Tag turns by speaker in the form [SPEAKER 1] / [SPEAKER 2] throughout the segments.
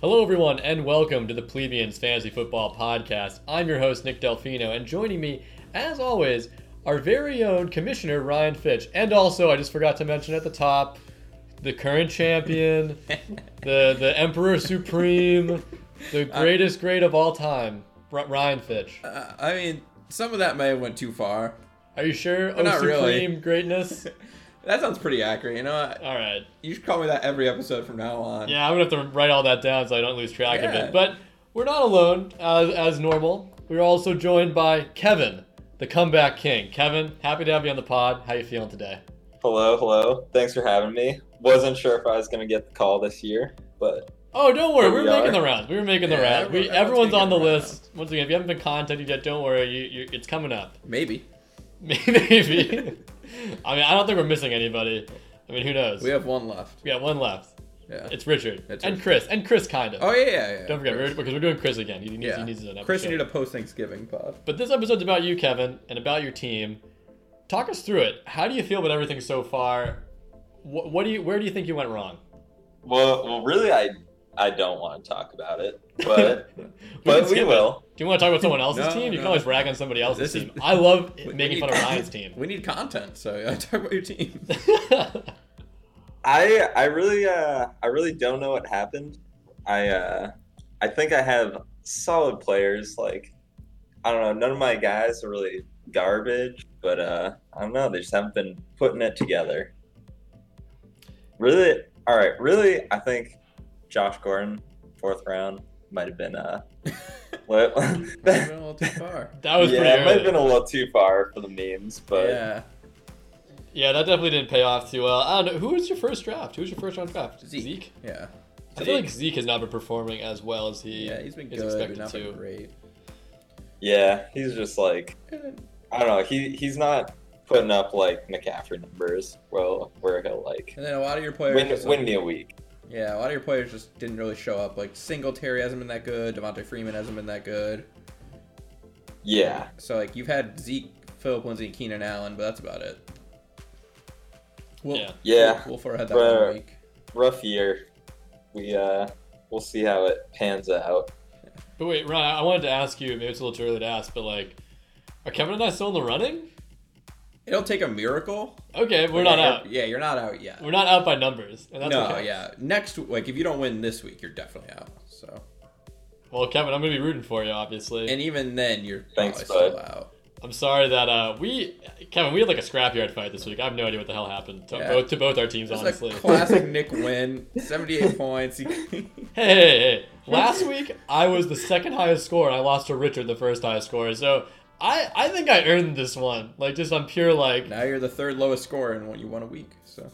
[SPEAKER 1] Hello, everyone, and welcome to the Plebeians Fantasy Football Podcast. I'm your host, Nick Delfino, and joining me, as always, our very own Commissioner Ryan Fitch. And also, I just forgot to mention at the top, the current champion, the, the Emperor Supreme, the greatest great of all time, R- Ryan Fitch.
[SPEAKER 2] Uh, I mean, some of that may have went too far.
[SPEAKER 1] Are you sure? Oh,
[SPEAKER 2] not
[SPEAKER 1] Supreme
[SPEAKER 2] really.
[SPEAKER 1] greatness?
[SPEAKER 2] That sounds pretty accurate. You know, what?
[SPEAKER 1] All right.
[SPEAKER 2] you should call me that every episode from now on.
[SPEAKER 1] Yeah, I'm gonna have to write all that down so I don't lose track of
[SPEAKER 2] Yeah.
[SPEAKER 1] it. But we're not alone, as, as normal. We're also joined by Kevin, the comeback king. Kevin, happy to have you on the pod. How you feeling today?
[SPEAKER 3] Hello, hello. Thanks for having me. Wasn't sure if I was gonna get the call this year, but
[SPEAKER 1] Oh, don't worry,
[SPEAKER 3] Here
[SPEAKER 1] we were
[SPEAKER 3] we
[SPEAKER 1] making
[SPEAKER 3] are.
[SPEAKER 1] the rounds. We were making the
[SPEAKER 2] Yeah,
[SPEAKER 1] rounds. We,
[SPEAKER 2] everyone-
[SPEAKER 1] everyone's
[SPEAKER 2] everyone's
[SPEAKER 1] on the
[SPEAKER 2] making the
[SPEAKER 1] list. Once again, if you haven't been contacted yet, don't worry. You, you, it's coming up.
[SPEAKER 2] Maybe.
[SPEAKER 1] Maybe. I mean, I don't think we're missing anybody. I mean, who knows?
[SPEAKER 2] We have one left.
[SPEAKER 1] We got one left.
[SPEAKER 2] Yeah.
[SPEAKER 1] It's Richard
[SPEAKER 2] That's
[SPEAKER 1] and
[SPEAKER 2] Richard.
[SPEAKER 1] Chris and Chris kind of.
[SPEAKER 2] oh, yeah, yeah, yeah.
[SPEAKER 1] don't forget, we're-
[SPEAKER 2] Chris.
[SPEAKER 1] because we're doing Chris again. He needs, he needs an
[SPEAKER 2] yeah.
[SPEAKER 1] episode.
[SPEAKER 2] Chris, you need a post Thanksgiving pod.
[SPEAKER 1] But this episode's about you, Kevin, and about your team. Talk us through it. How do you feel about everything so far? What, what do you? Where do you think you went wrong?
[SPEAKER 3] well, well, really, I I don't want to talk about it, but
[SPEAKER 1] We can
[SPEAKER 3] but
[SPEAKER 1] skip
[SPEAKER 3] we
[SPEAKER 1] it.
[SPEAKER 3] will.
[SPEAKER 1] Do you want to talk about someone else's
[SPEAKER 2] No,
[SPEAKER 1] team? You can
[SPEAKER 2] no.
[SPEAKER 1] always rag on somebody else's
[SPEAKER 2] This is-
[SPEAKER 1] team. I love
[SPEAKER 2] We- we
[SPEAKER 1] making fun
[SPEAKER 2] need-
[SPEAKER 1] of Ryan's team.
[SPEAKER 2] We need content, so yeah, talk about your team.
[SPEAKER 3] I I really uh I really don't know what happened. I uh I think I have solid players. Like I don't know, none of my guys are really garbage, but uh I don't know, they just haven't been putting it together. Really, all right. Really, I think Josh Gordon, fourth round, might have been uh. what-
[SPEAKER 2] Might have been a little too far.
[SPEAKER 1] that was
[SPEAKER 3] yeah, it
[SPEAKER 1] pretty
[SPEAKER 3] might have
[SPEAKER 1] early.
[SPEAKER 3] been a little too far for the memes, but
[SPEAKER 2] yeah.
[SPEAKER 1] yeah, that definitely didn't pay off too well. I don't know. Who was your first draft? Who was your first round draft?
[SPEAKER 2] Zeke. Yeah.
[SPEAKER 1] I feel like Zeke has not been performing as well as he
[SPEAKER 2] Yeah, he's been
[SPEAKER 1] is
[SPEAKER 2] good, but
[SPEAKER 1] expected
[SPEAKER 2] not been
[SPEAKER 1] to.
[SPEAKER 2] great.
[SPEAKER 3] yeah, he's just like I don't know. He he's not putting up like McCaffrey numbers. Well, where he'll like
[SPEAKER 2] And then a lot of your players.
[SPEAKER 3] win,
[SPEAKER 2] just,
[SPEAKER 3] win me a week.
[SPEAKER 2] Yeah, a lot of your players just didn't really show up. Like Singletary hasn't been that good. Devontae Freeman hasn't been that good.
[SPEAKER 3] Yeah,
[SPEAKER 2] So like you've had Zeke, Philip Lindsay, and Keenan Allen, but that's about it. Well,
[SPEAKER 1] Yeah.
[SPEAKER 3] Yeah.
[SPEAKER 2] Wolf had that
[SPEAKER 3] Right.
[SPEAKER 2] one week.
[SPEAKER 3] rough year. We uh, we'll see how it pans out.
[SPEAKER 1] But wait, Ryan, I wanted to ask you. Maybe it's a little too early to ask, but like, are Kevin and I still in the running?
[SPEAKER 2] It'll take a miracle.
[SPEAKER 1] Okay, we're
[SPEAKER 2] but
[SPEAKER 1] not
[SPEAKER 2] you're-
[SPEAKER 1] out.
[SPEAKER 2] Yeah, you're not out yet.
[SPEAKER 1] We're not out by numbers, and that's
[SPEAKER 2] no,
[SPEAKER 1] okay.
[SPEAKER 2] yeah. Next, like if you don't win this week, you're definitely out. So,
[SPEAKER 1] Well, Kevin, I'm gonna be rooting for you, obviously.
[SPEAKER 2] and even then, you're
[SPEAKER 3] Thanks,
[SPEAKER 2] probably
[SPEAKER 3] bud.
[SPEAKER 2] still out.
[SPEAKER 1] I'm sorry that uh, we, Kevin, we had like a scrapyard fight this week. I have no idea what the hell happened to
[SPEAKER 2] Yeah.
[SPEAKER 1] both to both our teams,
[SPEAKER 2] It's
[SPEAKER 1] honestly.
[SPEAKER 2] a classic Nick win. Seventy-eight points. He-
[SPEAKER 1] hey, hey, hey! Last week I was the second highest scorer. and I lost to Richard, the first highest scorer. So I, I think I earned this one. Like just on pure like,
[SPEAKER 2] now you're the third lowest scorer in what you won a week. So,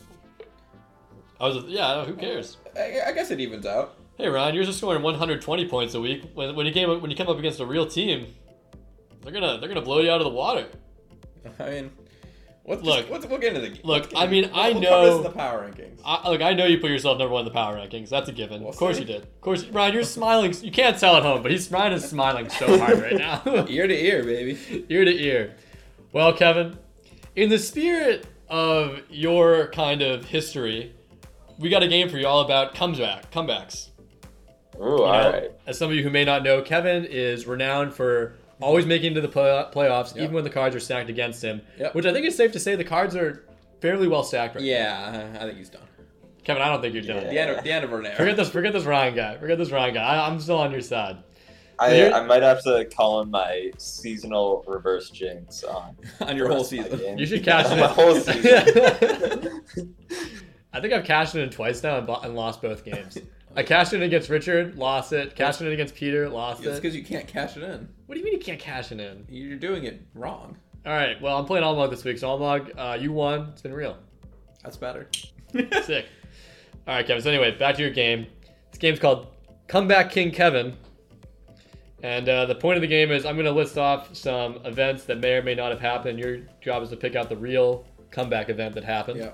[SPEAKER 1] I was yeah. Who cares?
[SPEAKER 2] I, I guess it evens out.
[SPEAKER 1] Hey, Ron, you're just scoring 120 points a week. When, when you came up- when you come up against a real team, they're gonna they're gonna blow you out of the water.
[SPEAKER 2] I mean, what's
[SPEAKER 1] Look.
[SPEAKER 2] what's, we'll get into the game.
[SPEAKER 1] Look, I mean, I
[SPEAKER 2] we'll cover this
[SPEAKER 1] know-
[SPEAKER 2] in the power rankings.
[SPEAKER 1] I, look, I know you put yourself number one in the power rankings. That's a given.
[SPEAKER 2] We'll
[SPEAKER 1] of course
[SPEAKER 2] see.
[SPEAKER 1] you did. Of course, Ryan, you're smiling. You can't tell at home, but he's Ryan is smiling so hard right now,
[SPEAKER 2] Ear to ear, baby.
[SPEAKER 1] ear to ear. Well, Kevin, in the spirit of your kind of history, we got a game for you all about comeback comebacks.
[SPEAKER 3] Ooh, all
[SPEAKER 1] You know,
[SPEAKER 3] right.
[SPEAKER 1] As some of you who may not know, Kevin is renowned for always making it to the play- playoffs,
[SPEAKER 2] Yep.
[SPEAKER 1] even when the cards are stacked against him.
[SPEAKER 2] Yep.
[SPEAKER 1] Which I think is safe to say the cards are fairly well stacked right now.
[SPEAKER 2] Yeah, uh-huh. I I think he's done.
[SPEAKER 1] Kevin, I don't think you're done.
[SPEAKER 3] Yeah.
[SPEAKER 2] The end of the end of Renner.
[SPEAKER 1] Forget this. Forget this Ryan guy. Forget this Ryan guy. I, I'm still on your side.
[SPEAKER 3] I,
[SPEAKER 1] Here-
[SPEAKER 3] I might have to call in my seasonal reverse jinx on
[SPEAKER 2] on your whole
[SPEAKER 3] Rest of my
[SPEAKER 2] season.
[SPEAKER 3] game.
[SPEAKER 1] You should cash it
[SPEAKER 3] My
[SPEAKER 1] in.
[SPEAKER 3] whole season.
[SPEAKER 1] I think I've cashed it in twice now and, bo- and lost both games. I cashed it in against Richard, lost it. Cashed it in against Peter, lost
[SPEAKER 2] It's
[SPEAKER 1] it.
[SPEAKER 2] because you can't cash it in.
[SPEAKER 1] What do you mean you can't cash it in?
[SPEAKER 2] You're doing it wrong.
[SPEAKER 1] All right. Well, I'm playing Almog this week, so Almog, uh, you won. It's been real.
[SPEAKER 2] That's better.
[SPEAKER 1] Sick. All right, Kevin. So anyway, back to your game. This game's called Comeback King Kevin. And uh, the point of the game is I'm going to list off some events that may or may not have happened. Your job is to pick out the real comeback event that happened.
[SPEAKER 2] yeah.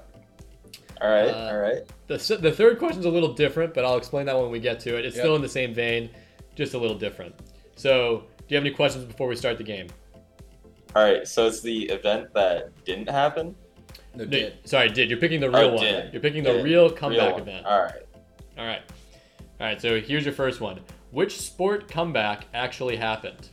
[SPEAKER 3] all right,
[SPEAKER 1] Uh,
[SPEAKER 3] all right.
[SPEAKER 1] The, s- the third question's a little different, but I'll explain that when we get to it. It's
[SPEAKER 2] Yep.
[SPEAKER 1] still in the same vein, just a little different. So, do you have any questions before we start the game?
[SPEAKER 3] All right, so it's the event that didn't happen.
[SPEAKER 2] No,
[SPEAKER 1] No,
[SPEAKER 2] did.
[SPEAKER 1] sorry, did. You're picking the real
[SPEAKER 3] Oh,
[SPEAKER 1] one.
[SPEAKER 3] did.
[SPEAKER 1] You're picking the
[SPEAKER 3] Did.
[SPEAKER 1] real
[SPEAKER 3] Real
[SPEAKER 1] comeback
[SPEAKER 3] one.
[SPEAKER 1] event.
[SPEAKER 3] All right.
[SPEAKER 1] All right. All All right, so here's your first one. Which sport comeback actually happened?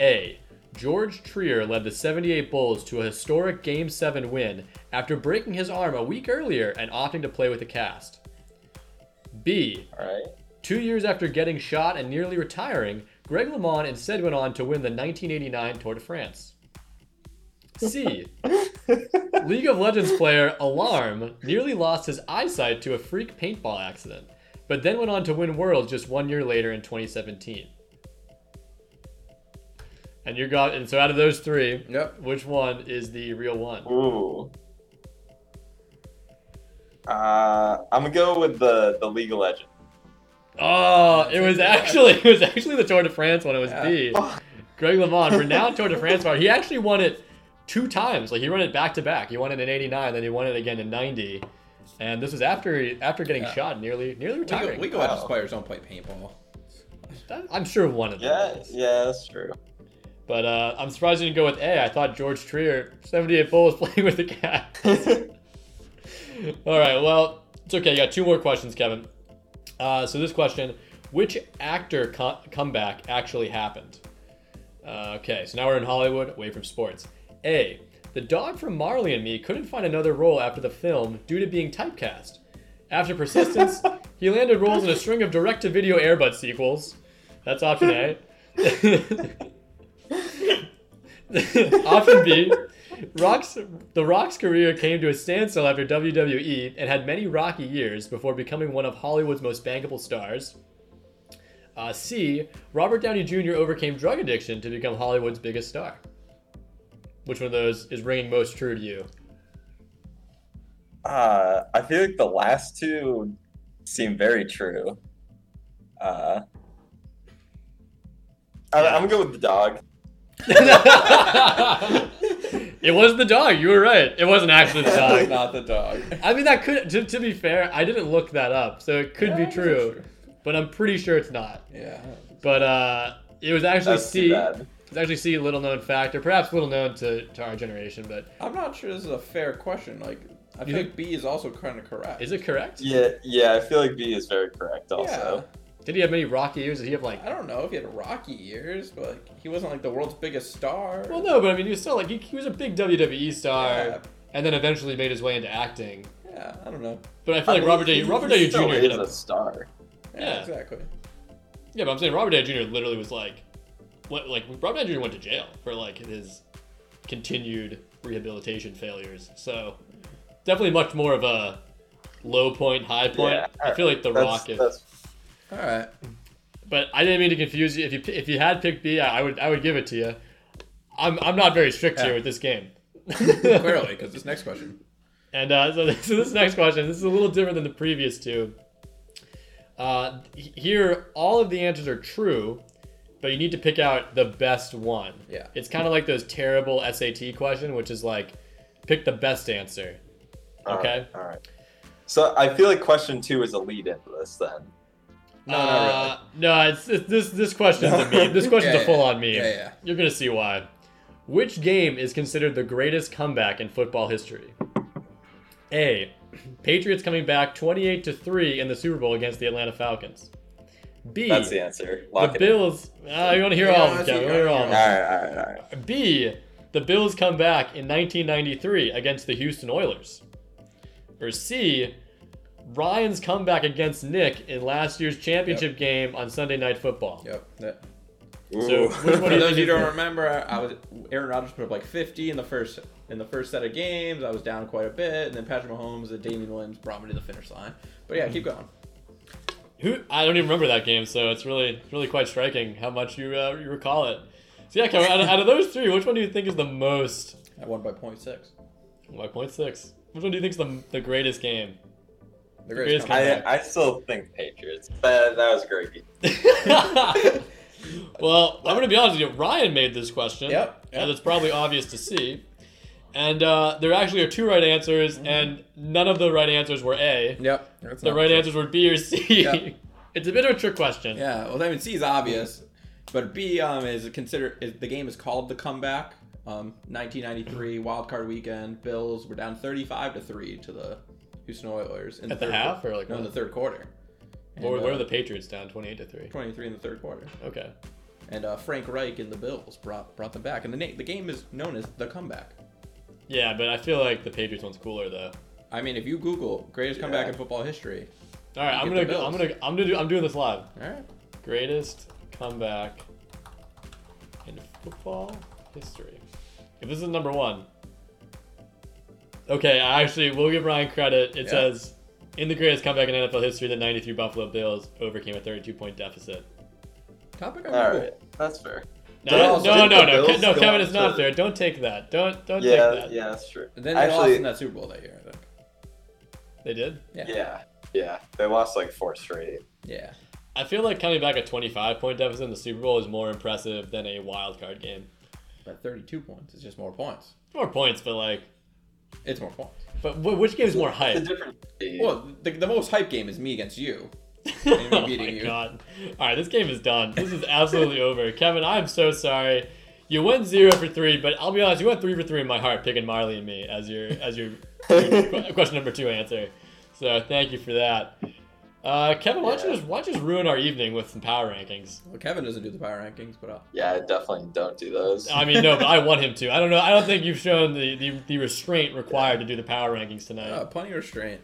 [SPEAKER 1] A. George Trier led the 78 Bulls to a historic Game 7 win after breaking his arm a week earlier and opting to play with a cast. B.
[SPEAKER 3] All right.
[SPEAKER 1] Two years after getting shot and nearly retiring, Greg LeMond instead went on to win the 1989 Tour de France. C. League of Legends player Alarm nearly lost his eyesight to a freak paintball accident, but then went on to win Worlds just one year later in 2017. And you got and so out of those three,
[SPEAKER 2] Yep.
[SPEAKER 1] which one is the real one?
[SPEAKER 3] Ooh. Uh, I'm gonna go with the the League of Legends.
[SPEAKER 1] Oh, it was actually it was actually the Tour de France one. It was
[SPEAKER 2] Yeah. Oh.
[SPEAKER 1] B. Greg LeMond, renowned Tour de France rider. He actually won it two times. Like he won it back to back. He won it in '89, then he won it again in '90. And this was after he- after getting
[SPEAKER 2] Yeah.
[SPEAKER 1] shot, and nearly nearly
[SPEAKER 2] We go,
[SPEAKER 1] retiring.
[SPEAKER 2] we go out
[SPEAKER 3] Wow.
[SPEAKER 2] as players don't play paintball.
[SPEAKER 1] That- I'm sure one of them.
[SPEAKER 3] Yeah,
[SPEAKER 1] is.
[SPEAKER 3] yeah, that's true.
[SPEAKER 1] But uh, I'm surprised you didn't go with A. I thought George Trier, 78 Bull, was playing with the cat. All right, well, it's okay. You got two more questions, Kevin. Uh, so this question, which actor co- comeback actually happened? Uh, okay, so now we're in Hollywood, away from sports. A. The dog from Marley and Me couldn't find another role after the film due to being typecast. After persistence, he landed roles in a string of direct-to-video Airbud sequels. That's option A. Option B. Rock's, the Rock's career came to a standstill after WWE and had many rocky years before becoming one of Hollywood's most bankable stars. Uh, C. Robert Downey Jr. overcame drug addiction to become Hollywood's biggest star. Which one of those is ringing most true to you?
[SPEAKER 3] Uh, I feel like the last two seem very true. Uh, I, I'm gonna go with the dog.
[SPEAKER 1] it was the dog. You were right. It wasn't actually the dog.
[SPEAKER 2] Not the dog.
[SPEAKER 1] I mean, that could. To, to be fair, I didn't look that up, so it could
[SPEAKER 2] Yeah,
[SPEAKER 1] be
[SPEAKER 2] that's
[SPEAKER 1] true, but I'm pretty sure it's not.
[SPEAKER 2] Yeah.
[SPEAKER 1] But uh, it was actually
[SPEAKER 3] That's
[SPEAKER 1] C.
[SPEAKER 3] too
[SPEAKER 1] It's
[SPEAKER 3] bad.
[SPEAKER 1] actually C. Little known fact, or perhaps little known to, to our generation. But
[SPEAKER 2] I'm not sure this is a fair question. Like, I
[SPEAKER 1] You
[SPEAKER 2] think B is also kind of correct.
[SPEAKER 1] is it correct?
[SPEAKER 3] Yeah, yeah. I feel like B is very correct.
[SPEAKER 2] Yeah.
[SPEAKER 3] Also,
[SPEAKER 1] Did he have many rocky years? Did he have like?
[SPEAKER 2] I don't know if he had rocky years, but like, he wasn't like the world's biggest star.
[SPEAKER 1] Well, no, but I mean, he was still like he, he was a big WWE star,
[SPEAKER 2] Yeah.
[SPEAKER 1] and then eventually made his way into acting.
[SPEAKER 2] Yeah, I don't know.
[SPEAKER 1] But I feel like Robert Downey Robert Downey Jr.
[SPEAKER 3] is
[SPEAKER 1] hit
[SPEAKER 3] a
[SPEAKER 1] a,
[SPEAKER 3] star.
[SPEAKER 2] Yeah,
[SPEAKER 1] Yeah.
[SPEAKER 2] exactly.
[SPEAKER 1] yeah, but I'm saying Robert Downey Jr. literally was like, what like Robert Downey Jr. went to jail for like his continued rehabilitation failures. So definitely much more of a low point, high point.
[SPEAKER 3] Yeah,
[SPEAKER 1] I feel like The
[SPEAKER 3] That's,
[SPEAKER 1] Rock is.
[SPEAKER 3] that's-
[SPEAKER 2] All right.
[SPEAKER 1] But I didn't mean to confuse you. If you if you had picked B, I I would I would give it to you. I'm I'm not very strict here
[SPEAKER 2] Yeah.
[SPEAKER 1] with this game.
[SPEAKER 2] Clearly, because this next question.
[SPEAKER 1] and uh, so, so this next question, this is a little different than the previous two. Uh, h- here, all of the answers are true, but you need to pick out the best one.
[SPEAKER 2] Yeah.
[SPEAKER 1] It's kind of like those terrible SAT question, which is like, pick the best answer.
[SPEAKER 3] all
[SPEAKER 1] Okay.
[SPEAKER 3] right, all right. So I feel like question two is a lead into this. Then
[SPEAKER 2] No,
[SPEAKER 1] uh, no, it's, it's this this question's a meme. This question's
[SPEAKER 2] Yeah,
[SPEAKER 1] a
[SPEAKER 2] yeah.
[SPEAKER 1] full on meme.
[SPEAKER 2] Yeah, yeah.
[SPEAKER 1] You're gonna see why. Which game is considered the greatest comeback in football history? A. Patriots coming back 28 to three in the Super Bowl against the Atlanta Falcons. B.
[SPEAKER 3] that's the answer.
[SPEAKER 1] the
[SPEAKER 3] Lock it in.
[SPEAKER 1] Bills. Uh, you want to hear
[SPEAKER 2] Yeah,
[SPEAKER 1] all of them,
[SPEAKER 2] let's hear-
[SPEAKER 1] Kevin? We're all of
[SPEAKER 3] All
[SPEAKER 1] them.
[SPEAKER 3] right, all right, all right.
[SPEAKER 1] B. The Bills come back in 1993 against the Houston Oilers. Or C. Ryan's comeback against Nick in last year's championship game on Sunday Night Football.
[SPEAKER 2] Yep. that-
[SPEAKER 1] So,
[SPEAKER 3] Ooh.
[SPEAKER 1] which one
[SPEAKER 2] For
[SPEAKER 1] do you
[SPEAKER 2] those
[SPEAKER 1] think
[SPEAKER 2] who
[SPEAKER 1] is
[SPEAKER 2] don't
[SPEAKER 1] the-
[SPEAKER 2] remember, I I was Aaron Rodgers put up like 50 in the first in the first set of games. I was down quite a bit, and then Patrick Mahomes and Damian Williams brought me to the finish line. But yeah, keep going.
[SPEAKER 1] Who I don't even remember that game, so it's really really quite striking how much you uh, you recall it. So yeah, Kevin, out, of, out of those three, which one do you think is the most?
[SPEAKER 2] I won by 0.6.
[SPEAKER 1] By point six. Which one do you think is the, the greatest game?
[SPEAKER 2] The
[SPEAKER 1] greatest
[SPEAKER 2] greatest
[SPEAKER 1] comeback.
[SPEAKER 2] comeback.
[SPEAKER 3] I, I still think Patriots. That, that was a great game.
[SPEAKER 1] well, I'm gonna be honest with you. Ryan made this question.
[SPEAKER 2] Yep, yep.
[SPEAKER 1] And it's probably obvious to see. And uh, there actually are two right answers, and none of the right answers were A.
[SPEAKER 2] Yep. That's
[SPEAKER 1] The
[SPEAKER 2] Mm-hmm. not
[SPEAKER 1] right
[SPEAKER 2] true.
[SPEAKER 1] answers were B or C.
[SPEAKER 2] Yep.
[SPEAKER 1] It's a bit of a trick question.
[SPEAKER 2] Yeah. Well, I mean, C is obvious, but B um is considered is, the game is called the comeback. Um, 1993 Wild Card Weekend, Bills were down 35 to three to the Houston Oilers in
[SPEAKER 1] At the
[SPEAKER 2] third
[SPEAKER 1] half
[SPEAKER 2] quar-
[SPEAKER 1] or, like,
[SPEAKER 2] no, in the
[SPEAKER 1] what?
[SPEAKER 2] third quarter.
[SPEAKER 1] What, were-
[SPEAKER 2] And,
[SPEAKER 1] what
[SPEAKER 2] uh,
[SPEAKER 1] were the Patriots down 28 to 3?
[SPEAKER 2] 23 in the third quarter.
[SPEAKER 1] Okay.
[SPEAKER 2] And uh, Frank Reich and the Bills brought brought them back. And the name the game is known as the comeback.
[SPEAKER 1] Yeah, but I feel like the Patriots one's cooler though.
[SPEAKER 2] I mean, if you Google greatest comeback
[SPEAKER 3] Yeah.
[SPEAKER 2] in football history,
[SPEAKER 1] All right, I'm gonna,
[SPEAKER 2] get the
[SPEAKER 1] go, I'm
[SPEAKER 2] Bills.
[SPEAKER 1] gonna, I'm gonna do, I'm doing this live.
[SPEAKER 2] all right.
[SPEAKER 1] Greatest comeback in football history. If this is number one. Okay, I actually will give Ryan credit. It
[SPEAKER 2] Yeah.
[SPEAKER 1] says, in the greatest comeback in NFL history, the 93 Buffalo Bills overcame a 32 point deficit.
[SPEAKER 2] Topic on
[SPEAKER 3] All
[SPEAKER 2] Google.
[SPEAKER 3] right, that's fair.
[SPEAKER 1] No,
[SPEAKER 3] Bills-
[SPEAKER 1] no, no,
[SPEAKER 3] did the
[SPEAKER 1] no, Ke-
[SPEAKER 3] Bills
[SPEAKER 1] no,
[SPEAKER 3] go
[SPEAKER 1] Kevin,
[SPEAKER 3] on
[SPEAKER 1] it's not
[SPEAKER 3] to-
[SPEAKER 1] fair. Don't take that. Don't, don't
[SPEAKER 3] Yeah,
[SPEAKER 1] take that.
[SPEAKER 3] yeah, that's true.
[SPEAKER 2] And then they lost
[SPEAKER 3] Actually-
[SPEAKER 2] in that Super Bowl that year. I think.
[SPEAKER 1] They did.
[SPEAKER 2] Yeah. yeah.
[SPEAKER 3] Yeah, yeah, they lost like four straight.
[SPEAKER 1] I feel like coming back a 25 point deficit in the Super Bowl is more impressive than a wild card game.
[SPEAKER 2] But 32 points is just more points.
[SPEAKER 1] More points, but like,
[SPEAKER 2] It's more points.
[SPEAKER 1] but wh- which game's more hype?
[SPEAKER 3] It's a different. speed.
[SPEAKER 2] Well, the, the most hype game is me against you.
[SPEAKER 1] oh
[SPEAKER 2] me
[SPEAKER 1] my
[SPEAKER 2] beating you.
[SPEAKER 1] god! All right, this game is done. This is absolutely over. Kevin, I'm so sorry. You went zero for three, but I'll be honest, you went three for three in my heart, picking Marley and me as your as your que- question number two answer. So thank you for that. Uh, Kevin, why don't you
[SPEAKER 3] Yeah.
[SPEAKER 1] just why don't you just ruin our evening with some power rankings?
[SPEAKER 2] Well, Kevin doesn't do the power rankings, but uh, I'll,
[SPEAKER 3] yeah, I definitely don't do those.
[SPEAKER 1] I mean, no, but I want him to. I don't know. I don't think you've shown the, the, the restraint required to do the power rankings tonight.
[SPEAKER 2] uh, plenty of restraint.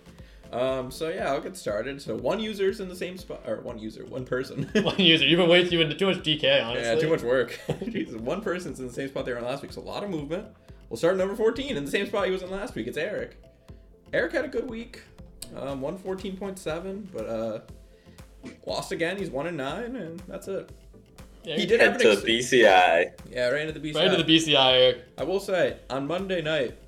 [SPEAKER 2] Um, so yeah, I'll get started. So one user's in the same spot, or one user, one person.
[SPEAKER 1] One user, you've been way too into too much DK, honestly.
[SPEAKER 2] yeah, too much work. Jesus, one person's in the same spot they were in last week. So a lot of movement. We'll start at number 14 in the same spot he was in last week. It's Eric. Eric had a good week, um, one fourteen point seven, but uh, lost again. He's one and nine, and that's it.
[SPEAKER 1] Yeah,
[SPEAKER 2] He did have
[SPEAKER 3] Head
[SPEAKER 2] an
[SPEAKER 3] to
[SPEAKER 2] ex-
[SPEAKER 3] BCI.
[SPEAKER 2] yeah, right into the BCI.
[SPEAKER 1] Right into the BCI, Eric.
[SPEAKER 2] I will say, on Monday night,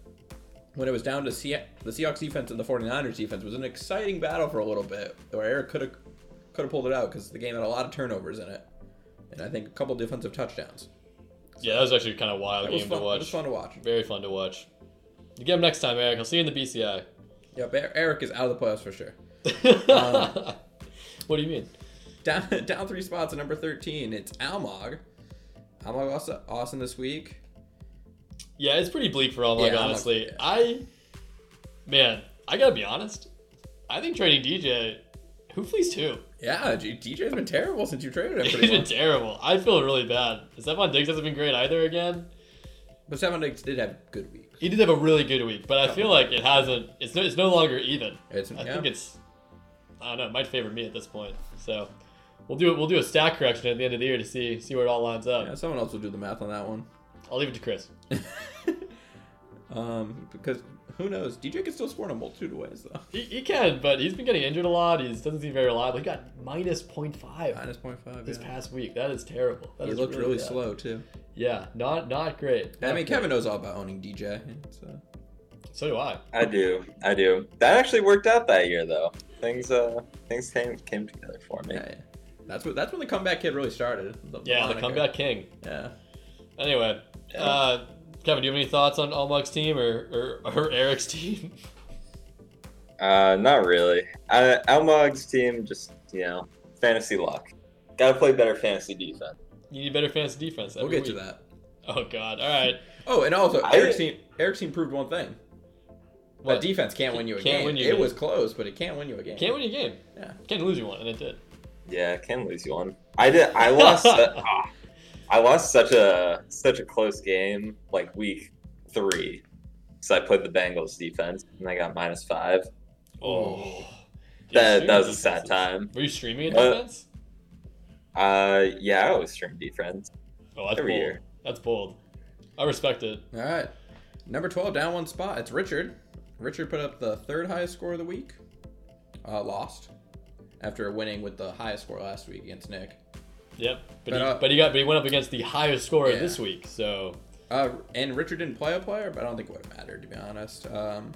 [SPEAKER 2] when it was down to Se- the Seahawks defense and the 49ers defense, was an exciting battle for a little bit, where Eric could have could have pulled it out because the game had a lot of turnovers in it, and I think a couple defensive touchdowns.
[SPEAKER 1] Yeah, that was actually kind of wild
[SPEAKER 2] It was
[SPEAKER 1] game
[SPEAKER 2] fun.
[SPEAKER 1] to
[SPEAKER 2] It was
[SPEAKER 1] watch.
[SPEAKER 2] fun to watch.
[SPEAKER 1] Very fun to watch. You get him next time, Eric. I'll see you in the BCI.
[SPEAKER 2] Yeah, but E-, Eric is out of the playoffs for sure. Um,
[SPEAKER 1] what do you mean?
[SPEAKER 2] Down down three spots at number 13. It's Almog. Almog also awesome this week.
[SPEAKER 1] Yeah, it's pretty bleak for Almog,
[SPEAKER 2] Yeah, I'm
[SPEAKER 1] honestly.
[SPEAKER 2] okay.
[SPEAKER 1] I, man, I gotta be honest. I think trading DJ, who flees who?
[SPEAKER 2] Yeah, G- DJ's been terrible since you traded him.
[SPEAKER 1] He's
[SPEAKER 2] Pretty
[SPEAKER 1] been
[SPEAKER 2] much.
[SPEAKER 1] terrible. I feel really bad. Stephon Diggs hasn't been great either again.
[SPEAKER 2] But Seven Diggs did have good week.
[SPEAKER 1] He did have a really good week, but I feel like it hasn't. It's no, it's no longer even.
[SPEAKER 2] It's,
[SPEAKER 1] I
[SPEAKER 2] yeah.
[SPEAKER 1] think it's I don't know, it might favor me at this point. So we'll do we'll do a stack correction at the end of the year to see see where it all lines up.
[SPEAKER 2] yeah, someone else will do the math on that one.
[SPEAKER 1] I'll leave it to Chris.
[SPEAKER 2] um, because who knows? DJ can still score in a multitude of ways though.
[SPEAKER 1] He, he can, but he's been getting injured a lot. He doesn't seem very reliable. He got minus 0.5
[SPEAKER 2] Minus point five.
[SPEAKER 1] this
[SPEAKER 2] yeah.
[SPEAKER 1] past week. That is terrible. That
[SPEAKER 2] He
[SPEAKER 1] is
[SPEAKER 2] looked really
[SPEAKER 1] bad.
[SPEAKER 2] slow too.
[SPEAKER 1] Yeah, not not great.
[SPEAKER 2] I
[SPEAKER 1] Not
[SPEAKER 2] mean,
[SPEAKER 1] great.
[SPEAKER 2] Kevin knows all about owning DJ. So.
[SPEAKER 1] So do I.
[SPEAKER 3] I do, I do. That actually worked out that year though. Things, uh, things came came together for me.
[SPEAKER 2] Yeah, yeah. That's what. That's when the comeback kid really started. The
[SPEAKER 1] Yeah, the
[SPEAKER 2] moniker.
[SPEAKER 1] comeback king.
[SPEAKER 2] Yeah.
[SPEAKER 1] Anyway, uh, Kevin, do you have any thoughts on Allmug's team or, or, or Eric's team?
[SPEAKER 3] Uh, not really. I, Almog's team just, you know, fantasy luck. Got to play better fantasy defense.
[SPEAKER 1] You need better fantasy defense.
[SPEAKER 2] We'll
[SPEAKER 1] every
[SPEAKER 2] get to
[SPEAKER 1] week.
[SPEAKER 2] that.
[SPEAKER 1] Oh God! All right.
[SPEAKER 2] Oh, and also
[SPEAKER 3] I-
[SPEAKER 2] Eric's team. Eric's team proved one thing. That
[SPEAKER 1] What?
[SPEAKER 2] defense can't
[SPEAKER 1] Can't-
[SPEAKER 2] win you a
[SPEAKER 1] can't
[SPEAKER 2] game.
[SPEAKER 1] win you a
[SPEAKER 2] it
[SPEAKER 1] game.
[SPEAKER 2] was close, but it can't win you a game.
[SPEAKER 1] Can't win you a game.
[SPEAKER 2] Yeah.
[SPEAKER 1] Can't lose you one, and it did.
[SPEAKER 3] Yeah, I can lose you one. I did. I lost. uh, ah, I lost such a such a close game like week three, because I played the Bengals defense and I got minus five.
[SPEAKER 1] Oh.
[SPEAKER 3] That that was a sad time.
[SPEAKER 1] Were you streaming a
[SPEAKER 3] Uh,
[SPEAKER 1] defense?
[SPEAKER 3] Uh, yeah, I always stream defense.
[SPEAKER 1] oh, that's
[SPEAKER 3] every
[SPEAKER 1] bold.
[SPEAKER 3] year.
[SPEAKER 1] That's bold. I respect it.
[SPEAKER 2] All right. Number 12, down one spot. It's Richard. Richard put up the third highest score of the week. Uh, lost after winning with the highest score last week against Nick.
[SPEAKER 1] Yep. But,
[SPEAKER 2] But,
[SPEAKER 1] he,
[SPEAKER 2] uh,
[SPEAKER 1] but he got but he went up against the highest scorer
[SPEAKER 2] Yeah.
[SPEAKER 1] this week. So
[SPEAKER 2] Uh, and Richard didn't play a player, but I don't think it would have mattered, to be honest. Um,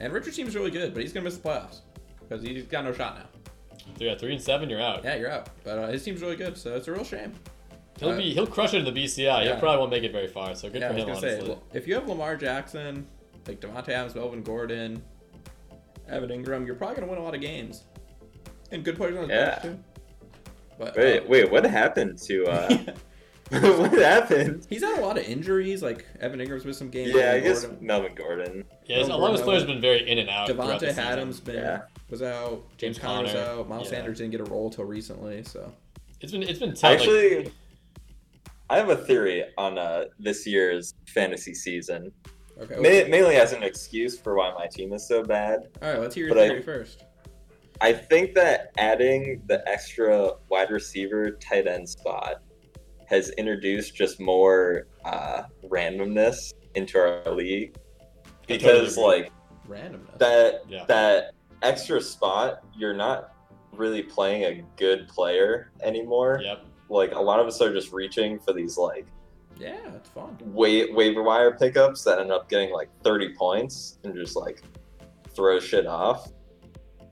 [SPEAKER 2] and Richard seems really good, but he's going to miss the playoffs because he's got no shot now.
[SPEAKER 1] three three and seven, you're out.
[SPEAKER 2] Yeah, you're out. But uh, his team's really good, so it's a real shame.
[SPEAKER 1] He'll
[SPEAKER 2] uh,
[SPEAKER 1] be he'll crush it in the BCI. He'll
[SPEAKER 2] yeah.
[SPEAKER 1] probably won't make it very far. So good
[SPEAKER 2] yeah,
[SPEAKER 1] for
[SPEAKER 2] I was
[SPEAKER 1] him,
[SPEAKER 2] gonna
[SPEAKER 1] honestly.
[SPEAKER 2] say, well, if you have Lamar Jackson, like Devontae Adams, Melvin Gordon, Evan Ingram, you're probably gonna win a lot of games, and good players on the
[SPEAKER 3] Yeah.
[SPEAKER 2] bench too. But uh,
[SPEAKER 3] Wait, wait, what happened to? uh What happened?
[SPEAKER 2] he's had a lot of injuries. Like Evan Ingram's missed some games.
[SPEAKER 3] Yeah, I
[SPEAKER 2] Melvin
[SPEAKER 3] guess
[SPEAKER 2] Gordon-
[SPEAKER 3] Melvin Gordon.
[SPEAKER 1] yeah, a lot of his
[SPEAKER 2] Melvin
[SPEAKER 1] players
[SPEAKER 2] Gordon.
[SPEAKER 1] have been very in and out. throughout the
[SPEAKER 2] Devontae
[SPEAKER 1] season.
[SPEAKER 2] Adams been
[SPEAKER 3] Yeah.
[SPEAKER 2] was out. James,
[SPEAKER 1] James
[SPEAKER 2] Conner was
[SPEAKER 1] Conner,
[SPEAKER 2] out. Miles
[SPEAKER 1] yeah.
[SPEAKER 2] Sanders didn't get a role till recently, so
[SPEAKER 1] It's been it's been tough. like-
[SPEAKER 3] Actually, I have a theory on uh, this year's fantasy season,
[SPEAKER 2] okay.
[SPEAKER 3] Ma-
[SPEAKER 2] well,
[SPEAKER 3] mainly as an excuse for why my team is so bad.
[SPEAKER 2] all right, let's hear your
[SPEAKER 3] but I-
[SPEAKER 2] theory first.
[SPEAKER 3] I think that adding the extra wide receiver tight end spot has introduced just more uh, randomness into our league
[SPEAKER 1] I totally
[SPEAKER 3] because,
[SPEAKER 1] agree.
[SPEAKER 3] like,
[SPEAKER 2] Randomness.
[SPEAKER 3] that
[SPEAKER 1] Yeah.
[SPEAKER 3] that extra spot, you're not really playing a good player anymore.
[SPEAKER 1] yep.
[SPEAKER 3] Like a lot of us are just reaching for these like
[SPEAKER 2] yeah, it's fun.
[SPEAKER 3] wa- waiver wire pickups that end up getting like 30 points and just like throw shit off.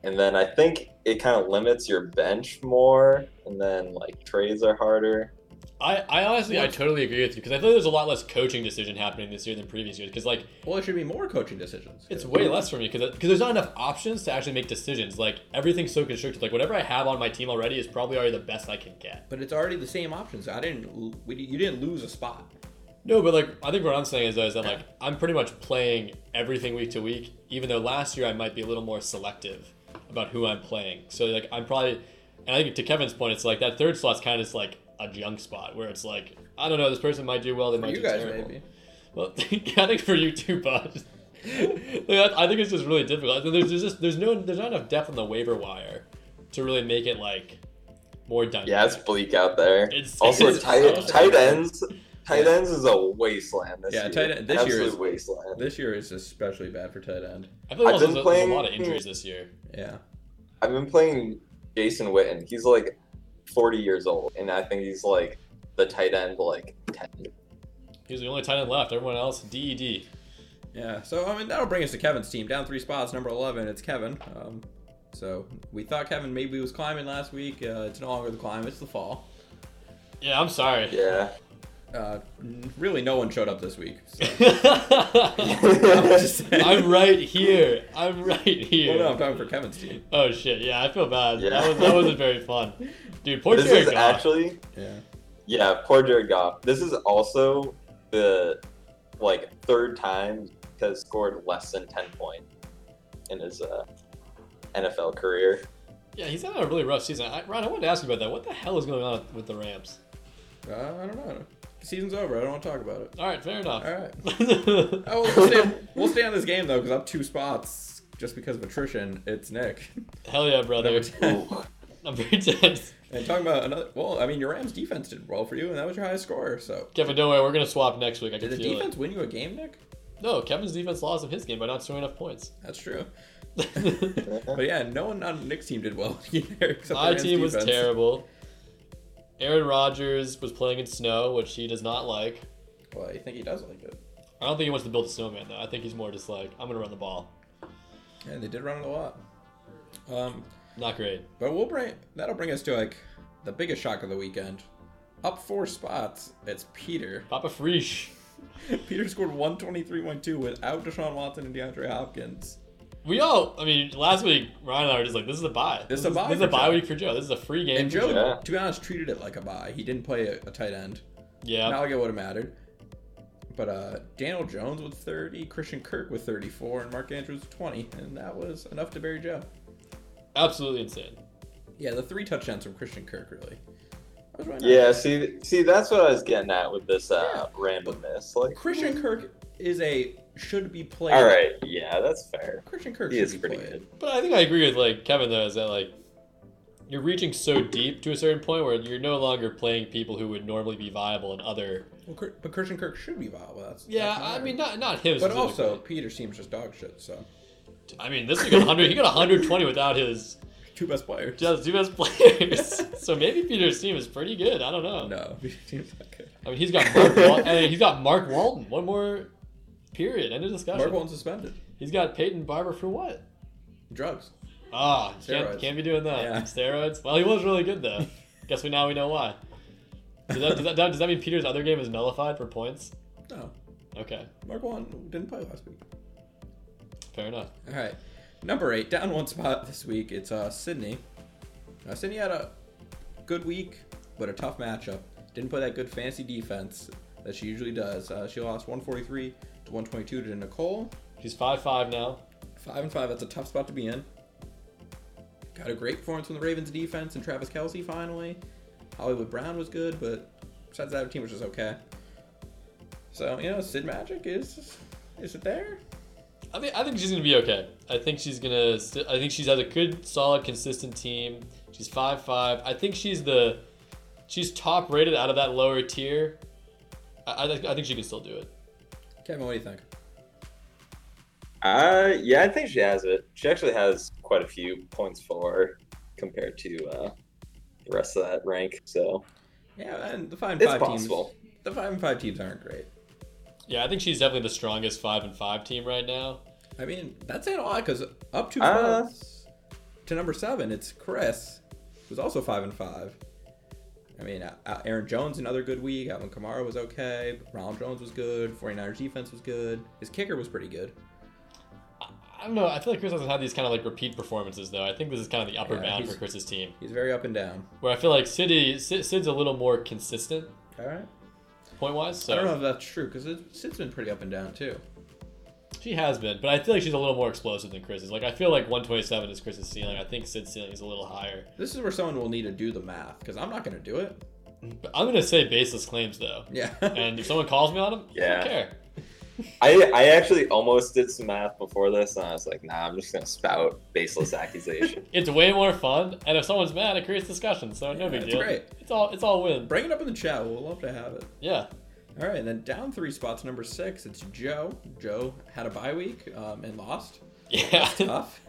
[SPEAKER 3] And then I think it kind of limits your bench more, and then like trades are harder.
[SPEAKER 1] I, I honestly I totally agree with you because I feel there's a lot less coaching decision happening this year than previous years because like
[SPEAKER 2] Well, it should be more coaching decisions.
[SPEAKER 1] it's way less for me because there's not enough options to actually make decisions like everything's so constricted like whatever I have on my team already is probably already the best I can get.
[SPEAKER 2] But it's already the same options. I didn't. l- We, you didn't lose a spot.
[SPEAKER 1] No, but like I think what I'm saying is though is that like I'm pretty much playing everything week to week even though last year I might be a little more selective about who I'm playing so like I'm probably and I think to Kevin's point it's like that third slot's kind of just like a junk spot where it's like I don't know this person might do well they
[SPEAKER 2] For
[SPEAKER 1] might
[SPEAKER 2] you
[SPEAKER 1] do
[SPEAKER 2] guys,
[SPEAKER 1] terrible.
[SPEAKER 2] maybe.
[SPEAKER 1] Well, I think for you too, Bud. Like, I I think it's just really difficult. I think There's, there's just there's no there's not enough depth on the waiver wire to really make it like more dynamic.
[SPEAKER 3] Yeah, it's bleak out there.
[SPEAKER 1] It's-
[SPEAKER 3] also,
[SPEAKER 1] it's-
[SPEAKER 3] tight,
[SPEAKER 1] it's-
[SPEAKER 3] tight ends, tight ends is a wasteland this
[SPEAKER 2] Yeah,
[SPEAKER 3] year.
[SPEAKER 2] tight end- this year
[SPEAKER 3] Absolute
[SPEAKER 2] is-
[SPEAKER 3] wasteland.
[SPEAKER 2] This year is especially bad for tight end.
[SPEAKER 1] I feel like
[SPEAKER 3] I've
[SPEAKER 1] also
[SPEAKER 3] been
[SPEAKER 1] there's, a- there's a
[SPEAKER 3] playing-
[SPEAKER 1] lot of injuries this year.
[SPEAKER 2] Yeah.
[SPEAKER 3] I've been playing Jason Witten. He's like 40 years old, and I think he's like the tight end like 10.
[SPEAKER 1] He's the only tight end left. Everyone else E DED.
[SPEAKER 2] Yeah, so I mean that'll bring us to Kevin's team down three spots, number eleven. It's Kevin. Um, so we thought Kevin maybe was climbing last week. Uh, it's no longer the climb; it's the fall.
[SPEAKER 1] Yeah, I'm sorry.
[SPEAKER 3] Yeah.
[SPEAKER 2] Uh, n- really, no one showed up this week. So. I'm just
[SPEAKER 1] I'm
[SPEAKER 2] saying.
[SPEAKER 1] right here. I'm right
[SPEAKER 2] Well,
[SPEAKER 1] here.
[SPEAKER 2] no, I'm talking for Kevin's team.
[SPEAKER 1] Oh shit! Yeah, I feel bad.
[SPEAKER 3] Yeah.
[SPEAKER 1] That was that wasn't very fun, dude. Poor
[SPEAKER 3] this
[SPEAKER 1] Jared
[SPEAKER 3] is
[SPEAKER 1] Goff.
[SPEAKER 3] actually,
[SPEAKER 2] Yeah.
[SPEAKER 3] yeah, poor Jared Goff. This is also the like third time he has scored less than 10 points in his uh, NFL career.
[SPEAKER 1] Yeah, he's having a really rough season. I, Ryan, I wanted to ask you about that. What the hell is going on with the Rams?
[SPEAKER 2] Uh, I don't know. The season's over. I don't want to talk about it.
[SPEAKER 1] All right, fair enough.
[SPEAKER 2] All right.
[SPEAKER 1] I
[SPEAKER 2] Oh, we'll stay, we'll stay on this game though, because up two spots just because of attrition. It's Nick.
[SPEAKER 1] Hell yeah, brother.
[SPEAKER 2] Number 10.
[SPEAKER 3] Ooh.
[SPEAKER 1] I'm very tense.
[SPEAKER 2] and talking about another. Well, I mean, your Rams defense did well for you, and that was your highest score. So
[SPEAKER 1] Kevin, don't worry, we're gonna swap next week. I can
[SPEAKER 2] did the
[SPEAKER 1] feel
[SPEAKER 2] defense win you a game, Nick?
[SPEAKER 1] it. No, Kevin's defense lost in his game by not scoring enough points.
[SPEAKER 2] That's true.
[SPEAKER 1] My
[SPEAKER 2] But yeah, no one on Nick's team did well either. Except the Rams
[SPEAKER 1] team was
[SPEAKER 2] defense.
[SPEAKER 1] terrible. Aaron Rodgers was playing in snow, which he does not like.
[SPEAKER 2] Well, I think he does like it.
[SPEAKER 1] I don't think he wants to build a snowman though. I think he's more just like, I'm gonna run the ball.
[SPEAKER 2] And they did run it a lot. Um,
[SPEAKER 1] Not great.
[SPEAKER 2] but we'll bring that'll bring us to like the biggest shock of the weekend. Up four spots, it's Peter.
[SPEAKER 1] Papa Freesh.
[SPEAKER 2] Peter scored 123.2 without Deshaun Watson and DeAndre Hopkins.
[SPEAKER 1] We all, I mean, last week Ryan and I were just like, this is a buy.
[SPEAKER 2] This is a bye
[SPEAKER 1] This is a
[SPEAKER 2] for
[SPEAKER 1] bye
[SPEAKER 2] Joe.
[SPEAKER 1] week for Joe. This is a free game.
[SPEAKER 2] And
[SPEAKER 1] for
[SPEAKER 2] Joe,
[SPEAKER 3] Yeah.
[SPEAKER 2] to be honest, treated it like a bye. He didn't play a, a tight end.
[SPEAKER 1] Yeah.
[SPEAKER 2] Not like it would have mattered. But uh, Daniel Jones with 30, Christian Kirk with 34, and Mark Andrews with 20. And that was enough to bury Joe.
[SPEAKER 1] Absolutely insane.
[SPEAKER 2] Yeah, the three touchdowns from Christian Kirk, really. That was really nice.
[SPEAKER 3] Yeah, see, see, that's what I was getting at with this uh, randomness. Like,
[SPEAKER 2] Christian Kirk is a should be played.
[SPEAKER 3] all right, yeah, that's fair.
[SPEAKER 2] Christian Kirk
[SPEAKER 3] He
[SPEAKER 2] should
[SPEAKER 3] is
[SPEAKER 2] be
[SPEAKER 3] pretty
[SPEAKER 2] played.
[SPEAKER 3] good.
[SPEAKER 1] But I think I agree with like Kevin though, is that like you're reaching so deep to a certain point where you're no longer playing people who would normally be viable in other.
[SPEAKER 2] Well, Kir- but Christian Kirk should be viable. That's
[SPEAKER 1] Yeah,
[SPEAKER 2] that's
[SPEAKER 1] I
[SPEAKER 2] matter.
[SPEAKER 1] mean not not him.
[SPEAKER 2] But also,
[SPEAKER 1] specifically.
[SPEAKER 2] Peter seems just dog shit. So
[SPEAKER 1] I mean this is got 100. He got 120 without his
[SPEAKER 2] two best players.
[SPEAKER 1] just two best players. so maybe Peter's team is pretty good. I don't know.
[SPEAKER 2] no, Peter seems not good.
[SPEAKER 1] I mean he's got Mark. Wal- and he's got Mark Walton. One more period. End of discussion.
[SPEAKER 2] Mark Walton suspended.
[SPEAKER 1] He's got Peyton Barber for what?
[SPEAKER 2] Drugs.
[SPEAKER 1] Ah, can't,
[SPEAKER 2] Steroids.
[SPEAKER 1] can't be doing that.
[SPEAKER 2] Yeah.
[SPEAKER 1] Steroids. Well, he was really good though. Guess we now we know why. Does that, does, that, does that mean Peter's other game is nullified for points?
[SPEAKER 2] No,
[SPEAKER 1] Okay,
[SPEAKER 2] Mark Walton didn't play last week.
[SPEAKER 1] fair enough.
[SPEAKER 2] All right, number eight down one spot this week. It's uh Sydney. Now Sydney had a good week, but a tough matchup. Didn't play that good fancy defense that she usually does. Uh, she lost 143 to 122 to Nicole.
[SPEAKER 1] She's five five now.
[SPEAKER 2] Five and five. That's a tough spot to be in. Got a great performance from the Ravens defense and Travis Kelsey finally. Hollywood Brown was good, but besides that, the team was just okay. So you know, Sid Magic is is it there?
[SPEAKER 1] I think I think she's gonna be okay. I think she's gonna. st- I think she's has a good, solid, consistent team. She's five five. I think she's the, she's top rated out of that lower tier. I I, think- I think she can still do it.
[SPEAKER 2] Kevin, what do you think?
[SPEAKER 3] Uh, yeah, I think she has it. She actually has quite a few points for her compared to uh, the rest of that rank. So
[SPEAKER 2] Yeah, and the five and
[SPEAKER 3] It's
[SPEAKER 2] five
[SPEAKER 3] possible.
[SPEAKER 2] teams. The five and five teams aren't great.
[SPEAKER 1] Yeah, I think she's definitely the strongest five and five team right now.
[SPEAKER 2] I mean, that's saying a lot because up two
[SPEAKER 3] Uh.
[SPEAKER 2] votes to number seven, it's Chris, who's also five and five. I mean, uh, uh, Aaron Jones another good week. Alvin Kamara was okay. Ronald Jones was good. 49ers defense was good. His kicker was pretty good.
[SPEAKER 1] I, I don't know. I feel like Chris hasn't had these kind of like repeat performances though. I think this is kind of the upper
[SPEAKER 2] Yeah,
[SPEAKER 1] bound
[SPEAKER 2] he's-
[SPEAKER 1] for Chris's team,
[SPEAKER 2] He's very up and down.
[SPEAKER 1] where I feel like City Sid, Sid's a little more consistent
[SPEAKER 2] All right.
[SPEAKER 1] point wise. So
[SPEAKER 2] I don't know if that's true because Sid's been pretty up and down too.
[SPEAKER 1] She has been, but I feel like she's a little more explosive than Chris's. Like I feel like 127 is Chris's ceiling. I think Sid's ceiling is a little higher.
[SPEAKER 2] This is where someone will need to do the math because I'm not going to do it.
[SPEAKER 1] But I'm gonna say baseless claims though,
[SPEAKER 2] Yeah.
[SPEAKER 1] and if someone calls me on them, I
[SPEAKER 3] Yeah.
[SPEAKER 1] don't care.
[SPEAKER 3] I I actually almost did some math before this, and I was like, nah, I'm just gonna spout baseless accusation.
[SPEAKER 1] It's way more fun, and if someone's mad, it creates discussion. So no
[SPEAKER 2] Yeah,
[SPEAKER 1] big
[SPEAKER 2] it's
[SPEAKER 1] deal.
[SPEAKER 2] great.
[SPEAKER 1] It's all it's all win.
[SPEAKER 2] Bring it up in the chat. We'll love to have it.
[SPEAKER 1] Yeah,
[SPEAKER 2] All right, and then down three spots, number six, it's Joe. Joe had a bye week um, and lost.
[SPEAKER 1] yeah.
[SPEAKER 2] Tough.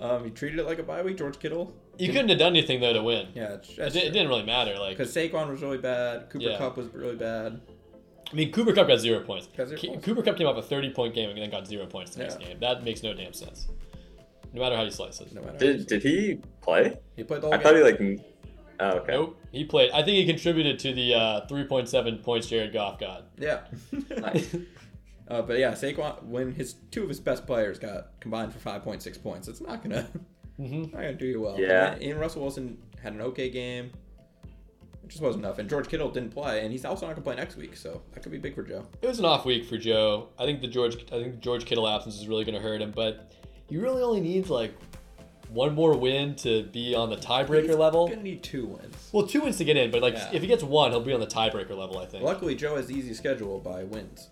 [SPEAKER 2] um, he treated it like a bye week. George Kittle.
[SPEAKER 1] you couldn't have done anything though to win.
[SPEAKER 2] Yeah, it's-
[SPEAKER 1] It,
[SPEAKER 2] that's
[SPEAKER 1] di- it didn't really matter. Like
[SPEAKER 2] because Saquon was really bad. Cooper
[SPEAKER 1] Yeah.
[SPEAKER 2] Cup was really bad.
[SPEAKER 1] I mean, Cooper Cup got zero points.
[SPEAKER 2] Got zero
[SPEAKER 1] Ki-
[SPEAKER 2] points.
[SPEAKER 1] Cooper Cup came off a 30 point game and then got zero points the next
[SPEAKER 2] Yeah.
[SPEAKER 1] game. That makes no damn sense. No matter how you slice it.
[SPEAKER 2] No matter.
[SPEAKER 3] did did he play?
[SPEAKER 2] he played the whole
[SPEAKER 3] I
[SPEAKER 2] game.
[SPEAKER 3] thought he like. m- Oh, okay.
[SPEAKER 1] Nope. He played. I think he contributed to the uh, 3.7 points Jared Goff got. Mm-hmm.
[SPEAKER 2] yeah.
[SPEAKER 3] Nice.
[SPEAKER 2] uh, but yeah, Saquon when his two of his best players got combined for five point six points, it's not gonna
[SPEAKER 1] hmm
[SPEAKER 2] not gonna do you well.
[SPEAKER 3] Yeah.
[SPEAKER 2] And, then- and Russell Wilson had an okay game. It just wasn't enough. And George Kittle didn't play, and he's also not gonna play next week, so that could be big for Joe.
[SPEAKER 1] It was an off week for Joe. I think the George, I think the George Kittle absence is really going to hurt him. But you really only need like one more win to be on the tiebreaker level.
[SPEAKER 2] Gonna need two wins.
[SPEAKER 1] Well, two wins to get in, but like
[SPEAKER 2] Yeah.
[SPEAKER 1] if he gets one, he'll be on the tiebreaker level. I think.
[SPEAKER 2] Luckily, Joe has the easy schedule by wins.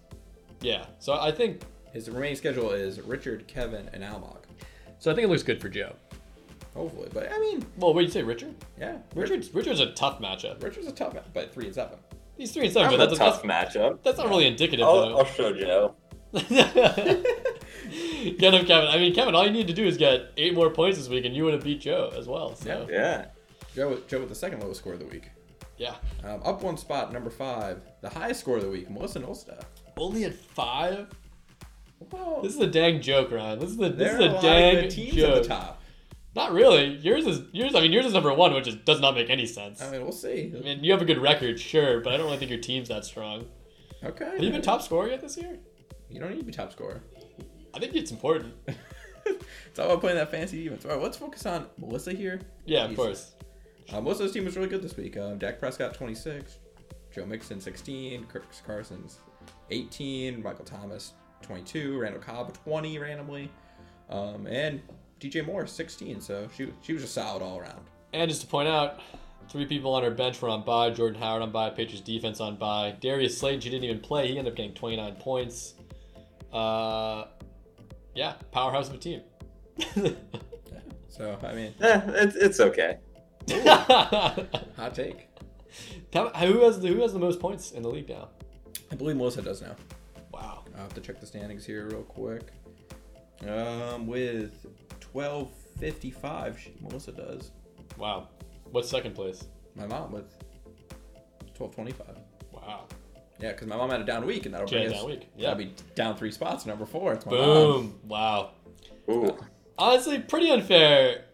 [SPEAKER 1] Yeah. So I think.
[SPEAKER 2] His remaining schedule is Richard, Kevin, and Almog.
[SPEAKER 1] So I think it looks good for Joe.
[SPEAKER 2] Hopefully, but I mean,
[SPEAKER 1] Well, wait, you say Richard?
[SPEAKER 2] yeah, Richard.
[SPEAKER 1] Richard's Richard's a tough matchup.
[SPEAKER 2] Richard's a tough man, but three and seven.
[SPEAKER 1] He's three and seven,
[SPEAKER 3] That
[SPEAKER 1] but
[SPEAKER 3] was a
[SPEAKER 1] that's,
[SPEAKER 3] tough Oh,
[SPEAKER 1] that's,
[SPEAKER 3] matchup.
[SPEAKER 1] that's not really indicative.
[SPEAKER 3] I'll,
[SPEAKER 1] though.
[SPEAKER 3] I'll show Joe. oh.
[SPEAKER 1] get him, Kevin. I mean, Kevin, all you need to do is get eight more points this week, and you would have beat Joe as well. So
[SPEAKER 3] Yeah.
[SPEAKER 2] Joe, Joe with the second lowest score of the week.
[SPEAKER 1] yeah,
[SPEAKER 2] Um, up one spot, number five. The highest score of the week, Melissa Nolstad.
[SPEAKER 1] only at five.
[SPEAKER 2] Well,
[SPEAKER 1] This is a dang joke, Ryan. This is a this is
[SPEAKER 2] there are a
[SPEAKER 1] a
[SPEAKER 2] lot
[SPEAKER 1] dang
[SPEAKER 2] of good teams
[SPEAKER 1] joke.
[SPEAKER 2] at the top.
[SPEAKER 1] Not really. Yours is yours. I mean, yours is number one, which is, does not make any sense.
[SPEAKER 2] I
[SPEAKER 1] I
[SPEAKER 2] mean, we'll see.
[SPEAKER 1] mean, you have a good record, sure, but I don't really think your team's that strong.
[SPEAKER 2] Okay.
[SPEAKER 1] Have you been top scorer yet this year?
[SPEAKER 2] You don't need to be top scorer.
[SPEAKER 1] I think it's important.
[SPEAKER 2] it's all about playing that fancy defense. All right, let's focus on Melissa here.
[SPEAKER 1] Yeah, of
[SPEAKER 2] Jesus.
[SPEAKER 1] course.
[SPEAKER 2] Um, Melissa's team was really good this week. Um, Dak Prescott 26, Joe Mixon 16, Kirk Carson's 18, Michael Thomas 22, Randall Cobb 20 randomly, um, and DJ Moore 16. So she she was just solid all around.
[SPEAKER 1] And just to point out, three people on her bench were on bye. Jordan Howard on bye. Patriots defense on bye. Darius Slayton, she didn't even play. He ended up getting 29 points. Uh, yeah, powerhouse of a team.
[SPEAKER 2] So I mean,
[SPEAKER 3] Eh, it's, it's okay.
[SPEAKER 2] hot take.
[SPEAKER 1] How- who has the, who has the most points in the league now?
[SPEAKER 2] I believe Melissa does now.
[SPEAKER 1] Wow.
[SPEAKER 2] I'll have to check the standings here real quick. Um, with 12:55, she, Melissa does.
[SPEAKER 1] Wow. What's second place?
[SPEAKER 2] My mom with 12:25.
[SPEAKER 1] Wow.
[SPEAKER 2] Yeah, because my mom had a down week, and that'll
[SPEAKER 1] She
[SPEAKER 2] bring
[SPEAKER 1] had a
[SPEAKER 2] us.
[SPEAKER 1] down week,
[SPEAKER 2] Yeah,
[SPEAKER 1] yeah.
[SPEAKER 2] be down three spots. Number four. It's my mom.
[SPEAKER 1] Boom. Wow.
[SPEAKER 3] Ooh.
[SPEAKER 1] Honestly, pretty unfair.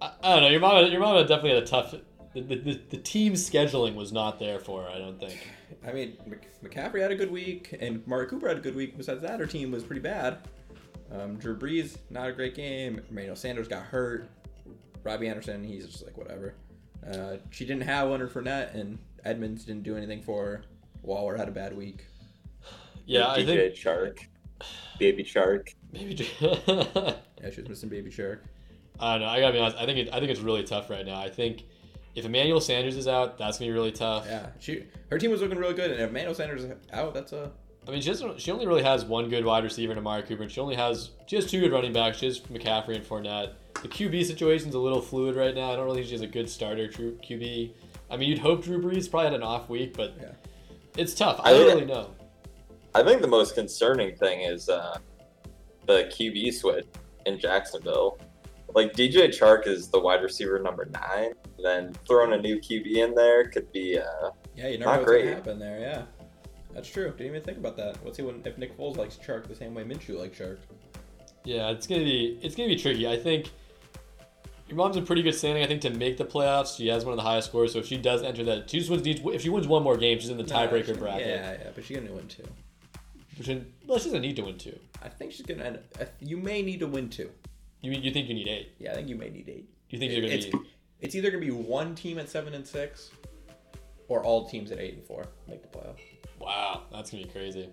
[SPEAKER 1] I, I don't know. Your mom, your mom definitely had a tough. The, the, the, the team scheduling was not there for her, I don't think.
[SPEAKER 2] I mean, Mc- McCaffrey had a good week, and Mari Cooper had a good week. Besides that, her team was pretty bad. Um, Drew Brees, not a great game. Emmanuel Sanders got hurt. Robbie Anderson, he's just like whatever. Uh, she didn't have Leonard Fournette, and Edmonds didn't do anything for her. Waller had a bad week.
[SPEAKER 1] Yeah, I
[SPEAKER 3] DJ
[SPEAKER 1] think.
[SPEAKER 3] Shark. Baby Shark.
[SPEAKER 1] Maybe. J-
[SPEAKER 2] Yeah, she was missing Baby Shark.
[SPEAKER 1] I don't know. I gotta be honest. I think it, I think it's really tough right now. I think if Emmanuel Sanders is out, that's gonna be really tough.
[SPEAKER 2] Yeah, she her team was looking really good, and if Manuel Sanders is out, that's a
[SPEAKER 1] I mean, she doesn't. She only really has one good wide receiver in Amari Cooper, and she only has she has two good running backs. She has McCaffrey and Fournette. The QB situation's a little fluid right now. I don't really think she has a good starter true QB. I mean, you'd hope Drew Brees probably had an off week, but
[SPEAKER 2] Yeah.
[SPEAKER 1] it's tough. I
[SPEAKER 3] I
[SPEAKER 1] don't
[SPEAKER 3] think-
[SPEAKER 1] really know.
[SPEAKER 3] I think the most concerning thing is uh, the QB switch in Jacksonville. Like DJ Chark is the wide receiver number nine. Then throwing a new QB in there could be. Uh,
[SPEAKER 2] yeah. You never
[SPEAKER 3] Not
[SPEAKER 2] know what's gonna
[SPEAKER 3] great.
[SPEAKER 2] happen there. Yeah, that's true. Didn't even think about that. Let's see when if Nick Foles likes Shark the same way Minshew likes Shark.
[SPEAKER 1] Yeah, it's gonna be it's gonna be tricky. I think your mom's in pretty good standing. I think to make the playoffs, she has one of the highest scores. So if she does enter that, she just wins. Needs, if she wins one more game, she's in the tiebreaker bracket.
[SPEAKER 2] Yeah, yeah, but she's gonna win two.
[SPEAKER 1] Which, well, she doesn't need to win two.
[SPEAKER 2] I think she's gonna end. I th- You may need to win two.
[SPEAKER 1] You mean you think you need eight?
[SPEAKER 2] Yeah, I think you may need eight.
[SPEAKER 1] You think you're gonna
[SPEAKER 2] it's,
[SPEAKER 1] be?
[SPEAKER 2] it's either gonna be one team at seven and six, or all teams at eight and four make the playoff.
[SPEAKER 1] Wow, that's gonna be crazy.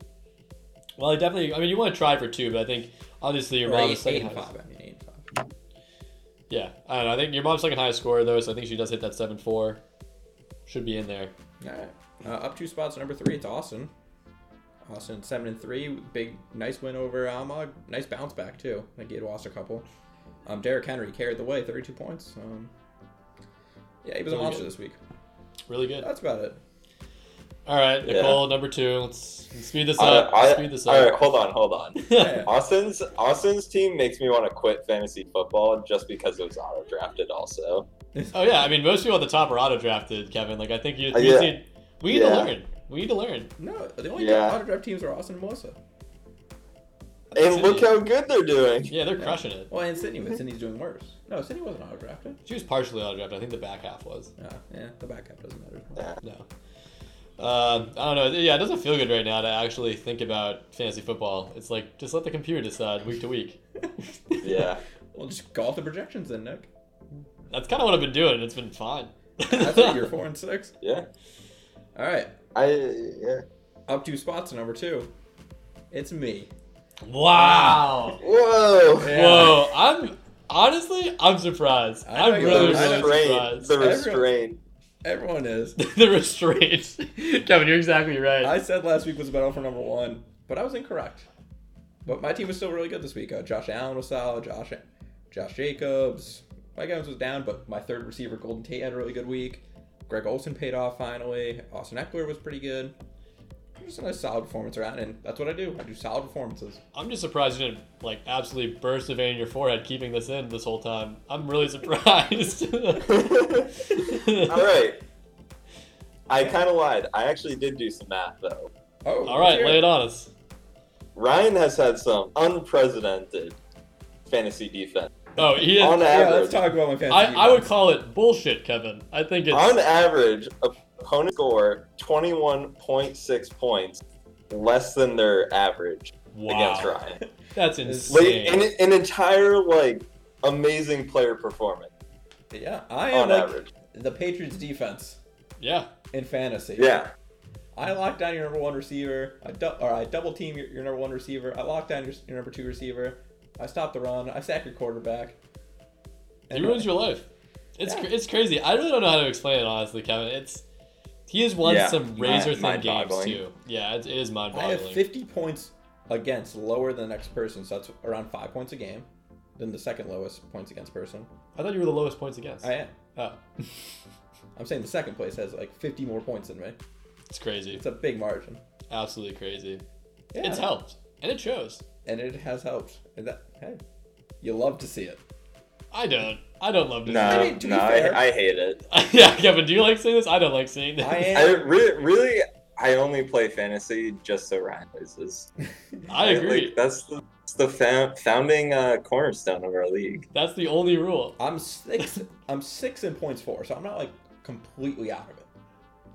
[SPEAKER 1] Well, I definitely. I mean, you want to try for two, but I think obviously your
[SPEAKER 2] Or
[SPEAKER 1] mom's
[SPEAKER 2] eight, eight
[SPEAKER 1] second
[SPEAKER 2] and
[SPEAKER 1] highest.
[SPEAKER 2] five. I mean, eight and five.
[SPEAKER 1] Yeah, I don't know. I think your mom's second highest scorer though, so I think she does hit that seven four. Should be in there.
[SPEAKER 2] All right, uh, up two spots. Number three, it's Austin. Austin seven and three. Big, nice win over Alma. Nice bounce back too. I think he had lost a couple. Um, Derrick Henry carried the way, thirty-two points. Um, yeah, he was a
[SPEAKER 1] Really
[SPEAKER 2] monster
[SPEAKER 1] good.
[SPEAKER 2] this week.
[SPEAKER 1] Really good.
[SPEAKER 2] That's about it.
[SPEAKER 1] All right,
[SPEAKER 3] Yeah.
[SPEAKER 1] Nicole, number two. Let's, let's speed this
[SPEAKER 3] I,
[SPEAKER 1] up.
[SPEAKER 3] I,
[SPEAKER 1] Let's speed this
[SPEAKER 3] all right,
[SPEAKER 1] up.
[SPEAKER 3] hold on, hold on.
[SPEAKER 2] Yeah.
[SPEAKER 3] Austin's Austin's team makes me want to quit fantasy football just because it was auto drafted. Also,
[SPEAKER 1] oh yeah, I mean most people at the top are auto drafted, Kevin. Like I think you.
[SPEAKER 3] Uh,
[SPEAKER 1] we just
[SPEAKER 3] yeah.
[SPEAKER 1] need, we need to
[SPEAKER 3] Yeah.
[SPEAKER 1] learn. We need to learn.
[SPEAKER 2] No, the only
[SPEAKER 3] Yeah.
[SPEAKER 2] auto draft teams are Austin and Melissa.
[SPEAKER 3] and look
[SPEAKER 1] Sydney.
[SPEAKER 3] how good they're doing.
[SPEAKER 1] Yeah, they're crushing it.
[SPEAKER 2] Well, and Sydney, but Sydney's doing worse. No, Sydney wasn't auto drafted.
[SPEAKER 1] She was partially auto drafted. I think the back half was.
[SPEAKER 2] Uh, yeah, the back half doesn't matter.
[SPEAKER 3] Yeah.
[SPEAKER 1] No. Um, I don't know. Yeah, it doesn't feel good right now to actually think about fantasy football. It's like just let the computer decide week to week.
[SPEAKER 3] Yeah,
[SPEAKER 2] Well, just go off the projections then, Nick.
[SPEAKER 1] That's kind of what I've been doing. and It's been fine.
[SPEAKER 2] That's it. You're four and six.
[SPEAKER 3] yeah.
[SPEAKER 2] All right,
[SPEAKER 3] I yeah.
[SPEAKER 2] up two spots. Number two, it's me.
[SPEAKER 1] Wow.
[SPEAKER 3] Whoa.
[SPEAKER 2] Yeah.
[SPEAKER 1] Whoa. I'm honestly I'm surprised.
[SPEAKER 2] I know
[SPEAKER 1] I'm
[SPEAKER 2] you
[SPEAKER 1] really
[SPEAKER 2] are. I
[SPEAKER 1] really
[SPEAKER 3] the restraint.
[SPEAKER 1] surprised.
[SPEAKER 3] The
[SPEAKER 2] Everyone-
[SPEAKER 3] restraint.
[SPEAKER 2] Everyone is.
[SPEAKER 1] the restraint. Kevin, you're exactly right.
[SPEAKER 2] I said last week was battle for number one, but I was incorrect. But my team was still really good this week. Uh, Josh Allen was solid. Josh, Josh Jacobs. Mike Evans was down, but my third receiver, Golden Tate, had a really good week. Greg Olson paid off finally. Austin Eckler was pretty good. Just a nice solid performance around, and that's what I do. I do solid performances.
[SPEAKER 1] I'm just surprised you didn't like absolutely burst a vein in your forehead keeping this in this whole time. I'm really surprised.
[SPEAKER 3] All right. I kind of lied. I actually did do some math though.
[SPEAKER 2] Oh,
[SPEAKER 1] All right,
[SPEAKER 2] here.
[SPEAKER 1] lay it on us.
[SPEAKER 3] Ryan has had some unprecedented fantasy defense.
[SPEAKER 1] Oh, he is.
[SPEAKER 3] On
[SPEAKER 2] Yeah, let's
[SPEAKER 3] average,
[SPEAKER 2] talk about my fantasy.
[SPEAKER 1] I, I would
[SPEAKER 2] defense.
[SPEAKER 1] call it bullshit, Kevin. I think it's.
[SPEAKER 3] on average, opponents score 21.6 points less than their average against
[SPEAKER 1] wow.
[SPEAKER 3] Ryan.
[SPEAKER 1] That's
[SPEAKER 3] Like,
[SPEAKER 1] insane.
[SPEAKER 3] an, an entire like amazing player performance
[SPEAKER 2] Yeah, I am
[SPEAKER 3] on
[SPEAKER 2] like
[SPEAKER 3] average.
[SPEAKER 2] the Patriots defense
[SPEAKER 1] yeah.
[SPEAKER 2] in fantasy.
[SPEAKER 3] Yeah.
[SPEAKER 2] I lock down your number one receiver. I dou- or I double team your, your number one receiver. I lock down your, your number two receiver. I stop the run. I sack your quarterback.
[SPEAKER 1] He ruins your life. It's
[SPEAKER 2] Yeah.
[SPEAKER 1] cr- it's crazy. I really don't know how to explain it honestly, Kevin. It's he has won
[SPEAKER 3] Yeah,
[SPEAKER 1] some
[SPEAKER 3] mi-
[SPEAKER 1] razor thin games
[SPEAKER 3] mind-boggling.
[SPEAKER 1] too. Yeah, it, it is mind
[SPEAKER 2] I have
[SPEAKER 1] boggling.
[SPEAKER 2] 50 points against lower than the next person, so that's around five points a game. Than the second lowest points against person.
[SPEAKER 1] I thought you were the lowest points against.
[SPEAKER 2] I am.
[SPEAKER 1] oh,
[SPEAKER 2] I'm saying the second place has like 50 more points than me.
[SPEAKER 1] it's crazy.
[SPEAKER 2] It's a big margin.
[SPEAKER 1] Absolutely crazy.
[SPEAKER 2] Yeah.
[SPEAKER 1] It's helped, and it shows.
[SPEAKER 2] And it has helped. And that hey, you love to see it.
[SPEAKER 1] I don't. I don't love to.
[SPEAKER 3] No,
[SPEAKER 2] mean, to be
[SPEAKER 3] no,
[SPEAKER 2] fair-
[SPEAKER 3] I, I hate it.
[SPEAKER 1] yeah, Kevin, do you like seeing this? I don't like seeing this.
[SPEAKER 2] I
[SPEAKER 3] I
[SPEAKER 2] am.
[SPEAKER 3] re- really, I only play fantasy just so Ryan loses.
[SPEAKER 1] I
[SPEAKER 3] Like,
[SPEAKER 1] agree.
[SPEAKER 3] that's the, that's the fou- founding uh, cornerstone of our league.
[SPEAKER 1] That's the only rule.
[SPEAKER 2] I'm six. I'm six in points four, so I'm not like completely out of it.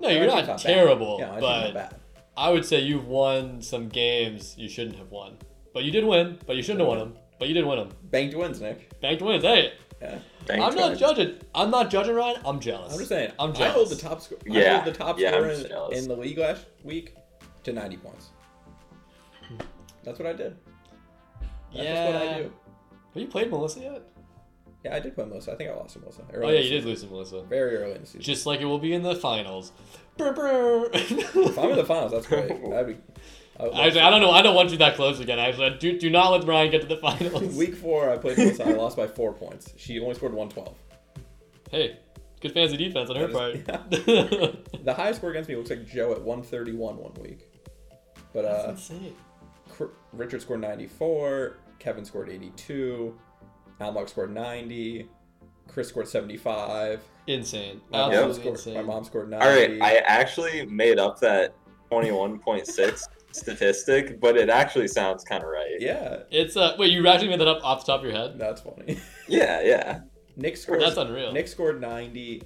[SPEAKER 1] No,
[SPEAKER 2] My
[SPEAKER 1] you're
[SPEAKER 2] team's
[SPEAKER 1] not,
[SPEAKER 2] not bad.
[SPEAKER 1] terrible,
[SPEAKER 2] Yeah, my team's not
[SPEAKER 1] but
[SPEAKER 2] bad.
[SPEAKER 1] I would say you've won some games you shouldn't have won. But you did win. But you shouldn't have won them. But you did win them.
[SPEAKER 2] Banked wins, Nick.
[SPEAKER 1] Banked wins. Hey,
[SPEAKER 2] Yeah.
[SPEAKER 3] Thanks,
[SPEAKER 1] I'm
[SPEAKER 3] Ryan.
[SPEAKER 1] not judging. I'm not judging Ryan. I'm jealous.
[SPEAKER 2] I'm just saying.
[SPEAKER 1] I'm
[SPEAKER 2] I
[SPEAKER 1] jealous.
[SPEAKER 2] hold the top score. I
[SPEAKER 3] Yeah,
[SPEAKER 2] hold the top
[SPEAKER 3] yeah, I'm
[SPEAKER 2] scorer
[SPEAKER 3] just
[SPEAKER 2] in,
[SPEAKER 3] jealous.
[SPEAKER 2] in the league last week to 90 points. That's what I did. That's just what I do.
[SPEAKER 1] Have you played Melissa yet?
[SPEAKER 2] Yeah, I did play Melissa. I think I lost to Melissa.
[SPEAKER 1] Oh yeah, you did lose to Melissa.
[SPEAKER 2] Very early in the season.
[SPEAKER 1] Just like it will be in the finals. Brr, brr.
[SPEAKER 2] if I'm in the finals, that's great. That'd be. I would
[SPEAKER 1] Actually, I don't know. I don't want you that close again. Actually, do do not let Brian get to the finals.
[SPEAKER 2] Week four, I played Melissa. I lost by four points. She only scored 112.
[SPEAKER 1] Hey, good fancy defense on her part.
[SPEAKER 2] That The highest score against me looks like Joe at 131 one week. But
[SPEAKER 1] That's
[SPEAKER 2] uh,
[SPEAKER 1] insane.
[SPEAKER 2] Cr- Richard scored 94. Kevin scored 82. Almog scored 90. Chris scored 75.
[SPEAKER 1] Insane.
[SPEAKER 2] My mom
[SPEAKER 1] Absolutely
[SPEAKER 2] scored-
[SPEAKER 1] insane.
[SPEAKER 2] My mom scored
[SPEAKER 3] All right,
[SPEAKER 2] 90.
[SPEAKER 1] Um,
[SPEAKER 3] I actually made up that 21.6 statistic, but it actually sounds kind of right.
[SPEAKER 2] Yeah,
[SPEAKER 1] It's uh wait, you actually made that up off the top of your head?
[SPEAKER 2] that's funny.
[SPEAKER 3] Yeah, yeah.
[SPEAKER 2] Nick scored.
[SPEAKER 1] That's unreal.
[SPEAKER 2] Nick scored 90.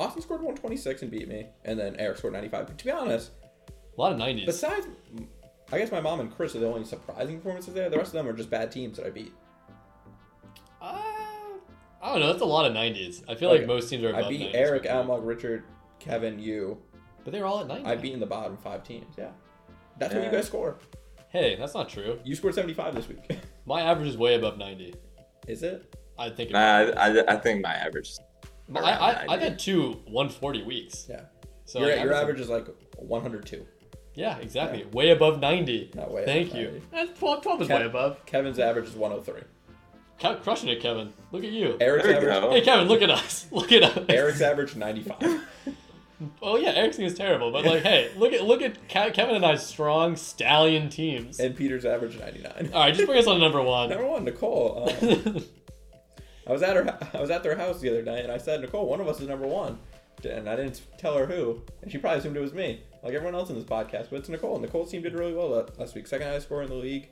[SPEAKER 2] Austin scored 126 and beat me. And then Eric scored 95. But to be honest,
[SPEAKER 1] a lot of nineties.
[SPEAKER 2] besides, I guess my mom and Chris are the only surprising performances there. The rest of them are just bad teams that I beat.
[SPEAKER 1] uh, I don't know. That's a lot of nineties. I feel
[SPEAKER 2] Okay.
[SPEAKER 1] like most teams are above.
[SPEAKER 2] I beat
[SPEAKER 1] 90s,
[SPEAKER 2] Eric,
[SPEAKER 1] but-
[SPEAKER 2] Almog, Richard, Kevin, you.
[SPEAKER 1] But they're all at ninety.
[SPEAKER 2] I beat in the bottom five teams. Yeah. That's what you
[SPEAKER 3] Yeah.
[SPEAKER 2] guys score.
[SPEAKER 1] Hey, that's not true.
[SPEAKER 2] You scored 75 this week.
[SPEAKER 1] My average is way above ninety.
[SPEAKER 2] Is it?
[SPEAKER 1] I think. it-
[SPEAKER 3] Nah, I, I, I think my average. is
[SPEAKER 1] I,
[SPEAKER 3] around
[SPEAKER 1] I, I've
[SPEAKER 3] 90.
[SPEAKER 1] had two 140 weeks.
[SPEAKER 2] Yeah.
[SPEAKER 1] So
[SPEAKER 2] your,
[SPEAKER 1] like,
[SPEAKER 2] your
[SPEAKER 1] I'm-
[SPEAKER 2] average is like 102.
[SPEAKER 1] Yeah, exactly. Way above 90.
[SPEAKER 2] Not way
[SPEAKER 1] Thank
[SPEAKER 2] above
[SPEAKER 1] you.
[SPEAKER 2] 90.
[SPEAKER 1] That's 12, 12 is
[SPEAKER 2] Kev-
[SPEAKER 1] way above.
[SPEAKER 2] Kevin's average is 103.
[SPEAKER 1] Kev, crushing it, Kevin. Look at you.
[SPEAKER 2] Eric's
[SPEAKER 3] There we
[SPEAKER 2] average,
[SPEAKER 1] Hey,
[SPEAKER 3] go.
[SPEAKER 1] Kevin, look at us. Look at us.
[SPEAKER 2] Eric's average 95.
[SPEAKER 1] Oh yeah, Eric's team is terrible, but like, hey, look at look at Ke- Kevin and I's strong stallion teams.
[SPEAKER 2] and Peter's average 99.
[SPEAKER 1] All right, just bring us on to number one.
[SPEAKER 2] Number one, Nicole. Um, I was at her. I was at their house the other night, and I said, "Nicole, one of us is number one," and I didn't tell her who, and she probably assumed it was me, like everyone else in this podcast. But it's Nicole. and Nicole's team did really well la- last week. Second highest score in the league.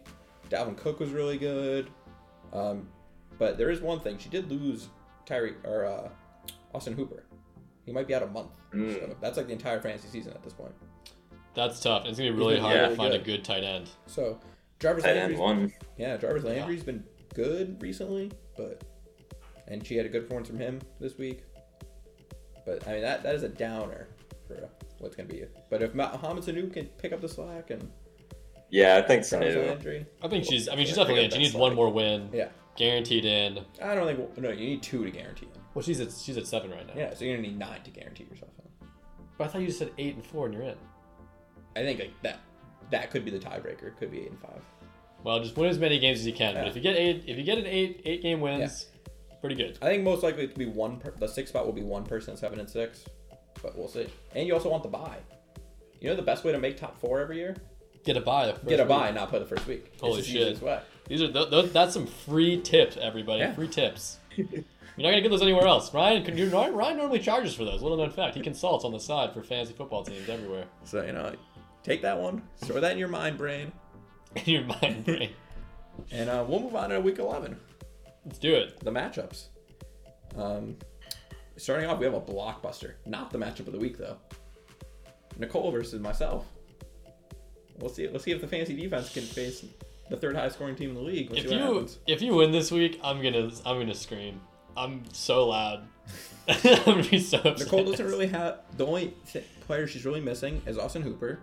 [SPEAKER 2] Dalvin Cook was really good. Um, but there is one thing: she did lose Tyree or uh, Austin Hooper. He might be out a month.
[SPEAKER 3] Mm.
[SPEAKER 2] So that's like the entire fantasy season at this point.
[SPEAKER 1] That's tough. It's gonna be really
[SPEAKER 2] been
[SPEAKER 1] hard to
[SPEAKER 3] really
[SPEAKER 1] find a
[SPEAKER 2] good.
[SPEAKER 1] good tight end.
[SPEAKER 2] So, Jarvis
[SPEAKER 3] Tight end
[SPEAKER 2] Landry's
[SPEAKER 3] one.
[SPEAKER 2] Yeah, Jarvis Landry's been good recently, but and she had a good performance from him this week. But I mean that that is a downer for what's going to be. But if Mohamed Sanu can pick up the slack and
[SPEAKER 3] Yeah, I think
[SPEAKER 2] Jarvis
[SPEAKER 3] Sanu.
[SPEAKER 2] Landry,
[SPEAKER 1] I think she's. I mean, she's
[SPEAKER 2] Yeah, I
[SPEAKER 1] definitely in.
[SPEAKER 2] think
[SPEAKER 1] She needs
[SPEAKER 2] that's
[SPEAKER 1] one
[SPEAKER 2] like-
[SPEAKER 1] more win,
[SPEAKER 2] yeah,
[SPEAKER 1] guaranteed in.
[SPEAKER 2] I don't think no, you need two to guarantee it.
[SPEAKER 1] Well, she's at she's at seven right now.
[SPEAKER 2] Yeah, so you're gonna need nine to guarantee yourself. in.
[SPEAKER 1] But I thought you just said eight and four, and you're in.
[SPEAKER 2] I think like that that could be the tiebreaker. Could be eight and five.
[SPEAKER 1] Well, just win as many games as you can. But
[SPEAKER 2] Yeah.
[SPEAKER 1] if you get eight, if you get an eight eight game wins, pretty good.
[SPEAKER 2] I think most likely to be one. Per- the sixth spot will be one person at seven and six, but we'll see. And you also want the buy. You know the best way to make top four every year
[SPEAKER 1] Get a buy. the first
[SPEAKER 2] get a
[SPEAKER 1] week.
[SPEAKER 2] buy and not play the first week. It's
[SPEAKER 1] Holy
[SPEAKER 2] just the
[SPEAKER 1] shit.
[SPEAKER 2] easiest way.
[SPEAKER 1] These are th- th- that's some free tips, everybody.
[SPEAKER 2] Yeah.
[SPEAKER 1] Free tips. You're not gonna get those anywhere else. Ryan, can- you- Ryan Ryan normally charges for those. Little known fact, he consults on the side for fantasy football teams everywhere.
[SPEAKER 2] So you know, take that one, store that in your mind, brain,
[SPEAKER 1] In your mind, brain.
[SPEAKER 2] and uh, we'll move on to week eleven,
[SPEAKER 1] Let's do it.
[SPEAKER 2] the matchups. Um, starting off, we have a blockbuster. Not the matchup of the week though. Nicole versus myself. We'll see. Let's see if the fantasy defense can face the third highest scoring team in the league. We'll
[SPEAKER 1] If
[SPEAKER 2] see what
[SPEAKER 1] you
[SPEAKER 2] happens.
[SPEAKER 1] if you win this week, I'm gonna I'm gonna scream. I'm so loud. I'm gonna be so upset.
[SPEAKER 2] Nicole doesn't really have the only th- player she's really missing is Austin Hooper.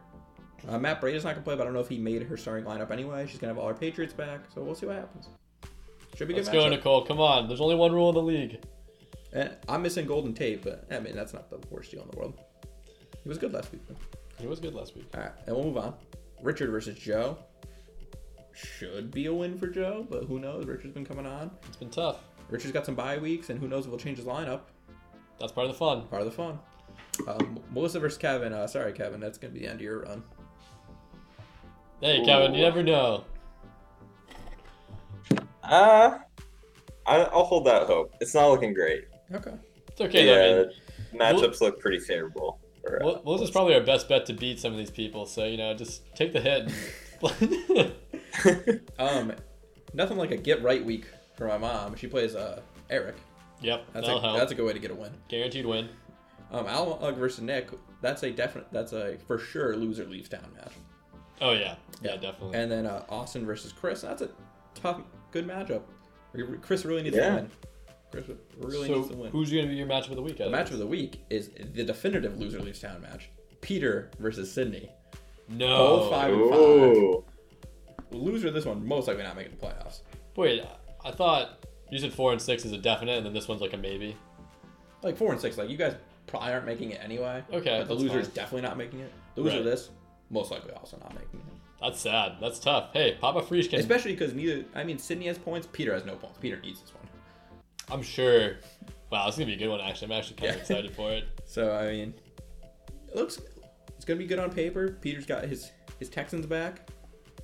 [SPEAKER 2] Uh, Matt Brady's not gonna play, but I don't know if he made her starting lineup anyway. She's gonna have all her Patriots back, so we'll see what happens. Should be a good
[SPEAKER 1] Let's go,
[SPEAKER 2] matchup.
[SPEAKER 1] Nicole. Come on. There's only one rule in the league.
[SPEAKER 2] And I'm missing Golden Tate, but I mean that's not the worst deal in the world. He was good last week. though.
[SPEAKER 1] He was good last week.
[SPEAKER 2] All right, and we'll move on. Richard versus Joe should be a win for Joe, but who knows? Richard's been coming on.
[SPEAKER 1] It's been tough.
[SPEAKER 2] Richard's got some bye weeks, and who knows? if We'll change his lineup.
[SPEAKER 1] That's part of the fun.
[SPEAKER 2] Part of the fun. Um, Melissa versus Kevin. Uh, sorry, Kevin. That's gonna be the end of your run.
[SPEAKER 1] Hey, Kevin. You
[SPEAKER 3] Ooh.
[SPEAKER 1] never know.
[SPEAKER 3] Uh, I, I'll hold that hope. It's not looking great.
[SPEAKER 2] Okay.
[SPEAKER 1] It's okay. though. I mean,
[SPEAKER 3] yeah, matchups look pretty favorable. For, uh,
[SPEAKER 1] Well, Melissa's probably our best bet to beat some of these people, so you know, just take the hit.
[SPEAKER 2] Um, nothing like a get right week for my mom. She plays uh Eric.
[SPEAKER 1] yep,
[SPEAKER 2] That's
[SPEAKER 1] that'll
[SPEAKER 2] a
[SPEAKER 1] help.
[SPEAKER 2] that's a good way to get a win.
[SPEAKER 1] Guaranteed win.
[SPEAKER 2] Um, Almog versus Nick. That's a definite. That's a for sure loser leaves town match.
[SPEAKER 1] Oh yeah, yeah,
[SPEAKER 2] Yeah.
[SPEAKER 1] definitely.
[SPEAKER 2] And then uh, Austin versus Chris. That's a tough, good matchup. Re- Chris really needs
[SPEAKER 3] Yeah.
[SPEAKER 2] to win. Chris really
[SPEAKER 1] so
[SPEAKER 2] needs to win.
[SPEAKER 1] who's gonna be your matchup of the week?
[SPEAKER 2] the match of the week is the definitive loser leaves town match. Peter versus Sydney.
[SPEAKER 1] No.
[SPEAKER 2] Both five-
[SPEAKER 3] Ooh.
[SPEAKER 2] Loser of this one most likely not making the playoffs.
[SPEAKER 1] Wait, I thought You said four and six is a definite, and then this one's like a maybe.
[SPEAKER 2] Like four and six, like you guys probably aren't making it anyway.
[SPEAKER 1] Okay,
[SPEAKER 2] But the
[SPEAKER 1] that's
[SPEAKER 2] loser is
[SPEAKER 1] fine.
[SPEAKER 2] definitely not making it. The loser of
[SPEAKER 1] Right.
[SPEAKER 2] this, most likely also not making it.
[SPEAKER 1] That's sad. That's tough. Hey, Papa Frisch can.
[SPEAKER 2] Especially because neither, I mean, Sydney has points. Peter has no points. Peter needs this one.
[SPEAKER 1] I'm sure. Wow, it's gonna be a good one. Actually, I'm actually kind of
[SPEAKER 2] Yeah.
[SPEAKER 1] excited for it.
[SPEAKER 2] So I mean, it looks it's gonna be good on paper. Peter's got his his Texans back.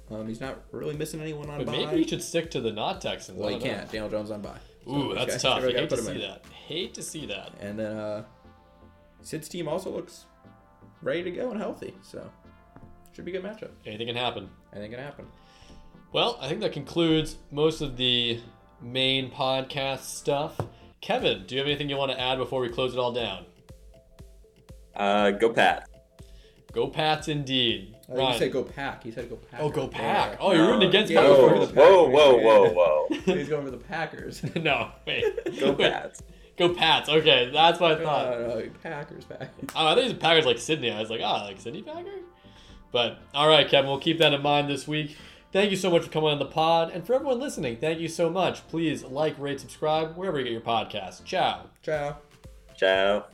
[SPEAKER 2] Um, he's not really missing anyone on
[SPEAKER 1] But
[SPEAKER 2] bye.
[SPEAKER 1] maybe you should stick to the not Texans.
[SPEAKER 2] well,
[SPEAKER 1] I
[SPEAKER 2] he
[SPEAKER 1] don't know.
[SPEAKER 2] can't. Daniel Jones on bye. So
[SPEAKER 1] Ooh,
[SPEAKER 2] he's
[SPEAKER 1] that's
[SPEAKER 2] got-
[SPEAKER 1] tough.
[SPEAKER 2] he's
[SPEAKER 1] I
[SPEAKER 2] gotta
[SPEAKER 1] hate to
[SPEAKER 2] put him
[SPEAKER 1] see
[SPEAKER 2] in.
[SPEAKER 1] that. Hate to see that.
[SPEAKER 2] And then uh, Sid's team also looks ready to go and healthy. So should be a good matchup.
[SPEAKER 1] Anything can happen.
[SPEAKER 2] I think it happened.
[SPEAKER 1] Well, I think that concludes most of the main podcast stuff. Kevin, do you have anything you want to add before we close it all down?
[SPEAKER 3] Uh, go Pat.
[SPEAKER 1] Go Pats, indeed.
[SPEAKER 2] Oh, you
[SPEAKER 1] Ryan.
[SPEAKER 2] said go pack. He said go pack.
[SPEAKER 1] oh, go Pack. Oh, you're rooting
[SPEAKER 3] No.
[SPEAKER 1] against
[SPEAKER 2] Yeah. Oh.
[SPEAKER 1] Pats.
[SPEAKER 2] we're
[SPEAKER 3] Whoa,
[SPEAKER 2] the
[SPEAKER 3] whoa, whoa,
[SPEAKER 2] Packers.
[SPEAKER 3] whoa, whoa.
[SPEAKER 2] he's going for the Packers.
[SPEAKER 1] no, wait.
[SPEAKER 3] Go
[SPEAKER 1] Wait,
[SPEAKER 3] Pat.
[SPEAKER 1] Go Pats. Okay, that's
[SPEAKER 2] Uh,
[SPEAKER 1] what I thought.
[SPEAKER 2] no, no, Packers, Packers.
[SPEAKER 1] Oh, I think it's Packers like Sydney. I was like, ah, like Sydney Packer? But all right, Kevin, we'll keep that in mind this week. Thank you so much for coming on the pod. And for everyone listening, thank you so much. Please like, rate, subscribe, wherever you get your podcast. Ciao.
[SPEAKER 2] Ciao.
[SPEAKER 3] Ciao.